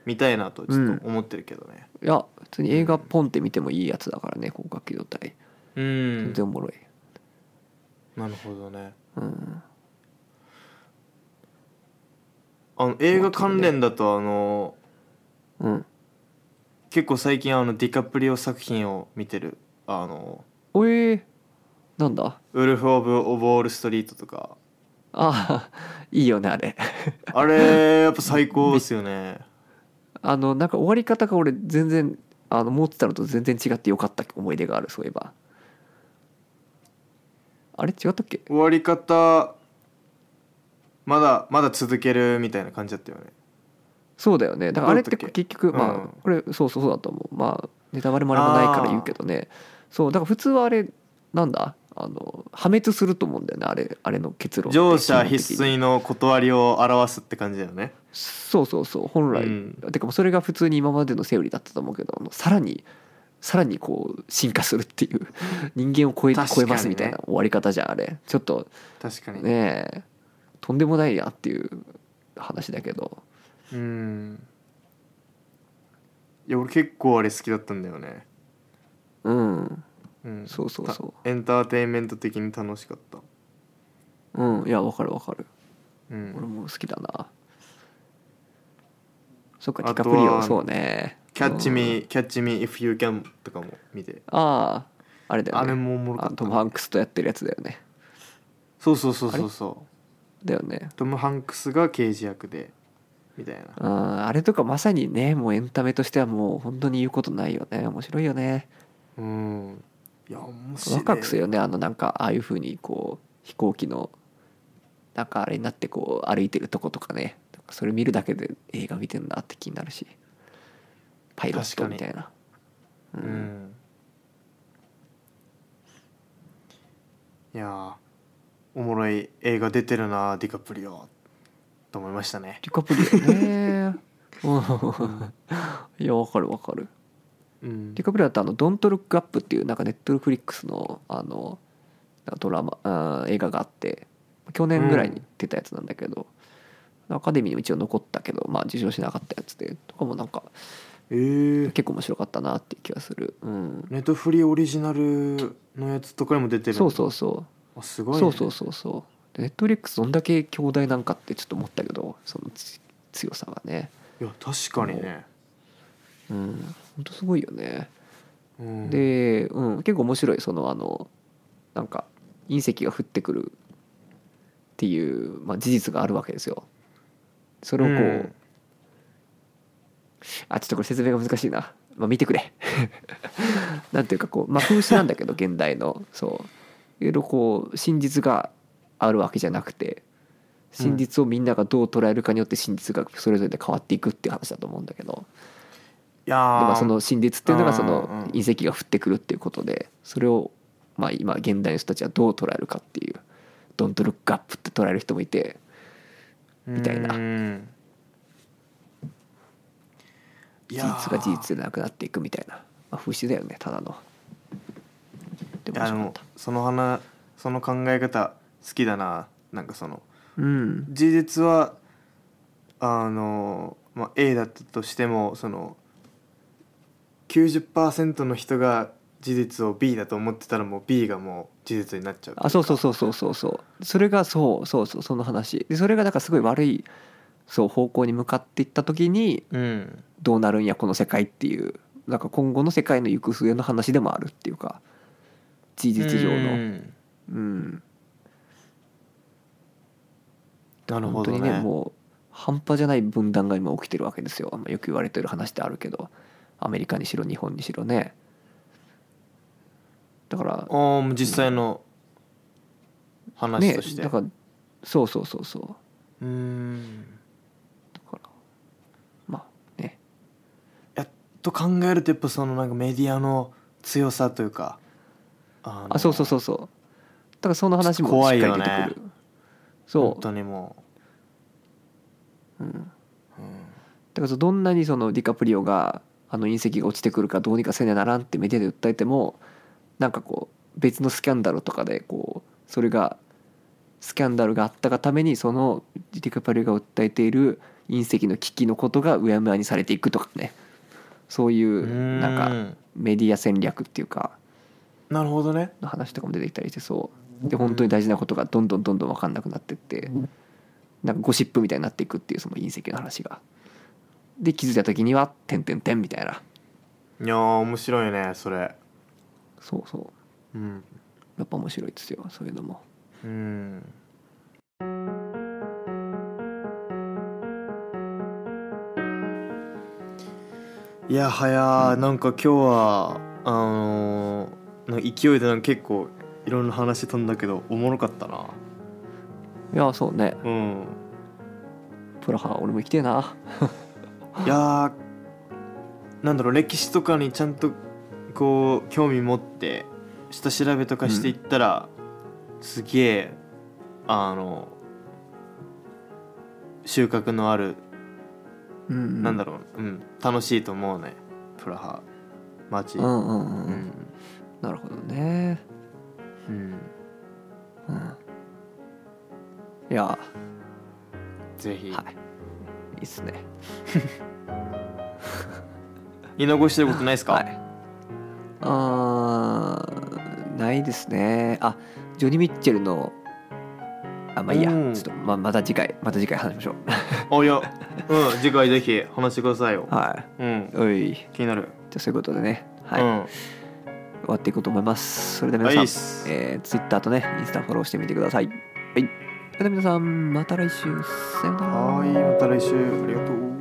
A: 見たいなとちょっと思ってるけどね
B: いや普通に映画ポンって見てもいいやつだからね広角機動隊
A: うん、
B: 全然おもろい、
A: なるほどね
B: うん、
A: あの映画関連だとあの
B: うん、
A: 結構最近あのディカプリオ作品を見てるあの
B: おえーなんだ
A: ウルフ・オブ・オブ・ウォール・ストリートとか
B: ああいいよねあれ
A: あれやっぱ最高ですよね
B: あのなんか終わり方が俺全然あの持ってたのと全然違ってよかった思い出があるそういえばあれ違ったっけ
A: 終わり方まだまだ続けるみたいな感じだったよね
B: そうだよねだからあれって
A: どうだったっ
B: 結局まあ、
A: うん
B: これそうそうそうだと思うまあネタバレもあれもないから言うけどねそうだから普通はあれなんだあの破滅すると思うんだよねあれあれの結論って
A: 乗車
B: 基本的
A: 必
B: に
A: 須の断りを表すって感じだよね
B: そうそうそう本来、
A: うん
B: てかもうそれが普通に今までのセオリーだったと思うけどあのさらにさらにこう進化するっていう人間を超え,、
A: 確かに
B: 超
A: ね
B: えますみたいな終わり方じゃんあれちょっと
A: 確かに
B: ねえとんでもないなっていう話だけど
A: うんいや俺結構あれ好きだったんだよね
B: うん
A: うん
B: そうそうそ
A: エンターテインメント的に楽しかった
B: ううんいやわかるわかる
A: う
B: 俺
A: ん
B: も好きだなそっかデ
A: あ
B: ィ
A: と
B: カ
A: は
B: プリオそうね
A: 「キャッチ・
B: うん
A: ミー」「キャッチ・ミー・イフ・ユー・キャン」とかも見て
B: あああれだよ
A: あ
B: ね
A: れもおもろか
B: あ
A: っ
B: トム・ハ
A: た
B: ンクスとやってるやつだよね
A: そうそうそうそうそう
B: だよね
A: トム・ハンクスが刑事役でみたいな
B: うんあれとかまさにねもうエンタメとしてはもう本当に言うことないよね面白いよね
A: うんいや面白い、ね、
B: 若くするよねあのなんかああいうふうにこう飛行機のなんかあれになってこう歩いてるとことかねそれ見るだけで映画見てんだって気になるしパイロットみたいなう
A: うんんいやーおもろい映画出てるなディカプリオと思いましたね
B: ディカプリオねうん いやわかるわかる
A: うん
B: ディカプリオだとあの「ドントルックアップっていうなんかネットフリックスのあのドラマあー映画があって去年ぐらいに出たやつなんだけど、アカデミーにも一応残ったけど、まあ、受賞しなかったやつでとかもなんか
A: えー、
B: 結構面白かったなっていう気がする、うん、
A: ネットフリーオリジナルのやつとかにも出てる
B: そうそううそ
A: あす
B: う、
A: ごい、ね、
B: そうそうそうそうネットフリックスどんだけ兄弟なんかってちょっと思ったけどそのつ強さがね
A: いや確かにね、
B: うんほんとすごいよね
A: うん、
B: で、うん、結構面白いそのあのなんか隕石が降ってくるっていう、まあ、事実があるわけですよ。それをこう、
A: うん
B: あちょっとこれ説明が難しいな、まあ、見てくれ。 なんていうかこう、まあ、風刺なんだけど現代のそういろいろこう真実があるわけじゃなくて真実をみんながどう捉えるかによって真実がそれぞれで変わっていくっていう話だと思うんだけど。
A: いやー
B: でまあその真実っていうのがその
A: うんうん
B: 隕石が降ってくるっていうことでそれをまあ今現代の人たちはどう捉えるかっていう「ドントルックアップ」って捉える人もいてみたいな
A: うんい
B: 事
A: やー
B: 実が事実でなくなっていくみたいな、まあ、風刺だよねただの。で
A: い
B: も面
A: やで
B: 白かっ
A: も
B: た
A: その花その考え方好きだななんかその
B: うん
A: 事実はあの、まあ、A だったとしてもその90%の人が事実を B だと思ってたらもう B がもう事実になっちゃう
B: あそうそうそうそうそうそうそれがそうそうそうその話でそれがだからすごい悪いそう方向に向かっていった時に
A: ううん
B: どうなるんやこの世界っていうなんか今後の世界の行く末の話でもあるっていうか事実上の。
A: うん
B: うん、
A: なるほど
B: 本当
A: ね
B: にねもう半端じゃない分断が今起きてるわけですよ、まあ、よく言われてる話であるけどアメリカにしろ日本にしろねだから
A: ああ実際の話
B: ね
A: として、
B: だからそうそうそうそう
A: うーん
B: だからまあね
A: やっと考えるとやっぱそのなんかメディアの強さというかあの
B: あそうそうそうそうだからその話も
A: ちょっと怖
B: しっ
A: い
B: かり
A: よ
B: 出
A: ね
B: てくる、
A: 本
B: そ
A: 当にも
B: う、うん、
A: う、うん
B: だからどんなにそのディカプリオがあの隕石が落ちてくるからどうにかせねならんってメディアで訴えてもなんかこう別のスキャンダルとかでこうそれがスキャンダルがあったがためにそのディカプリオが訴えている隕石の危機のことがうやむやにされていくとかねそういうなんか
A: か
B: メディア戦略っていうか
A: なるほどね
B: の話とかも出てきたりしてそうで本当に大事なことがどんどんどんどん分かんなくなってってなんかゴシップみたいになっていくっていうその隕石の話が。で気づいた時には「てんてんてん」みたいない
A: やー面白いねそれ
B: そうそう
A: うん
B: やっぱ面白いですよそういうのも。
A: うんいやはや、なんか今日はあのーなんか勢いでなんか結構いろんな話飛んだけどおもろかったない
B: やそうね
A: うん
B: プラハ俺も行きてえない
A: やーなんだろう歴史とかにちゃんとこう興味持って下調べとかしていったら、すげえあの収穫のある、
B: うん
A: なんだ
B: ろ
A: ろう、うん、楽しいと思うねプラハ街、
B: うんうんう
A: う
B: ん、うん、
A: ん
B: なるほどね
A: うん
B: うんいやは
A: ぜひ、
B: いいいっすね
A: 言い残してることないですか、
B: はいあーないですねあジョニー・ミッチェルのあまあいいやち
A: う
B: ょ
A: ん
B: っとままた次回また次回話しましょう
A: あいやうん次回ぜひ話してくださいよ、
B: は
A: うん
B: いおいじ
A: 気になる、
B: ゃあそういうことでねはい、
A: うん
B: 終わっていこうと思いますそれでは
A: はいいいっ
B: 皆さん、
A: す
B: えー、Twitter とねインスタフォローしてみてくださいはいそれでは皆さんまた来週さようなら
A: はいまた来週ありがとう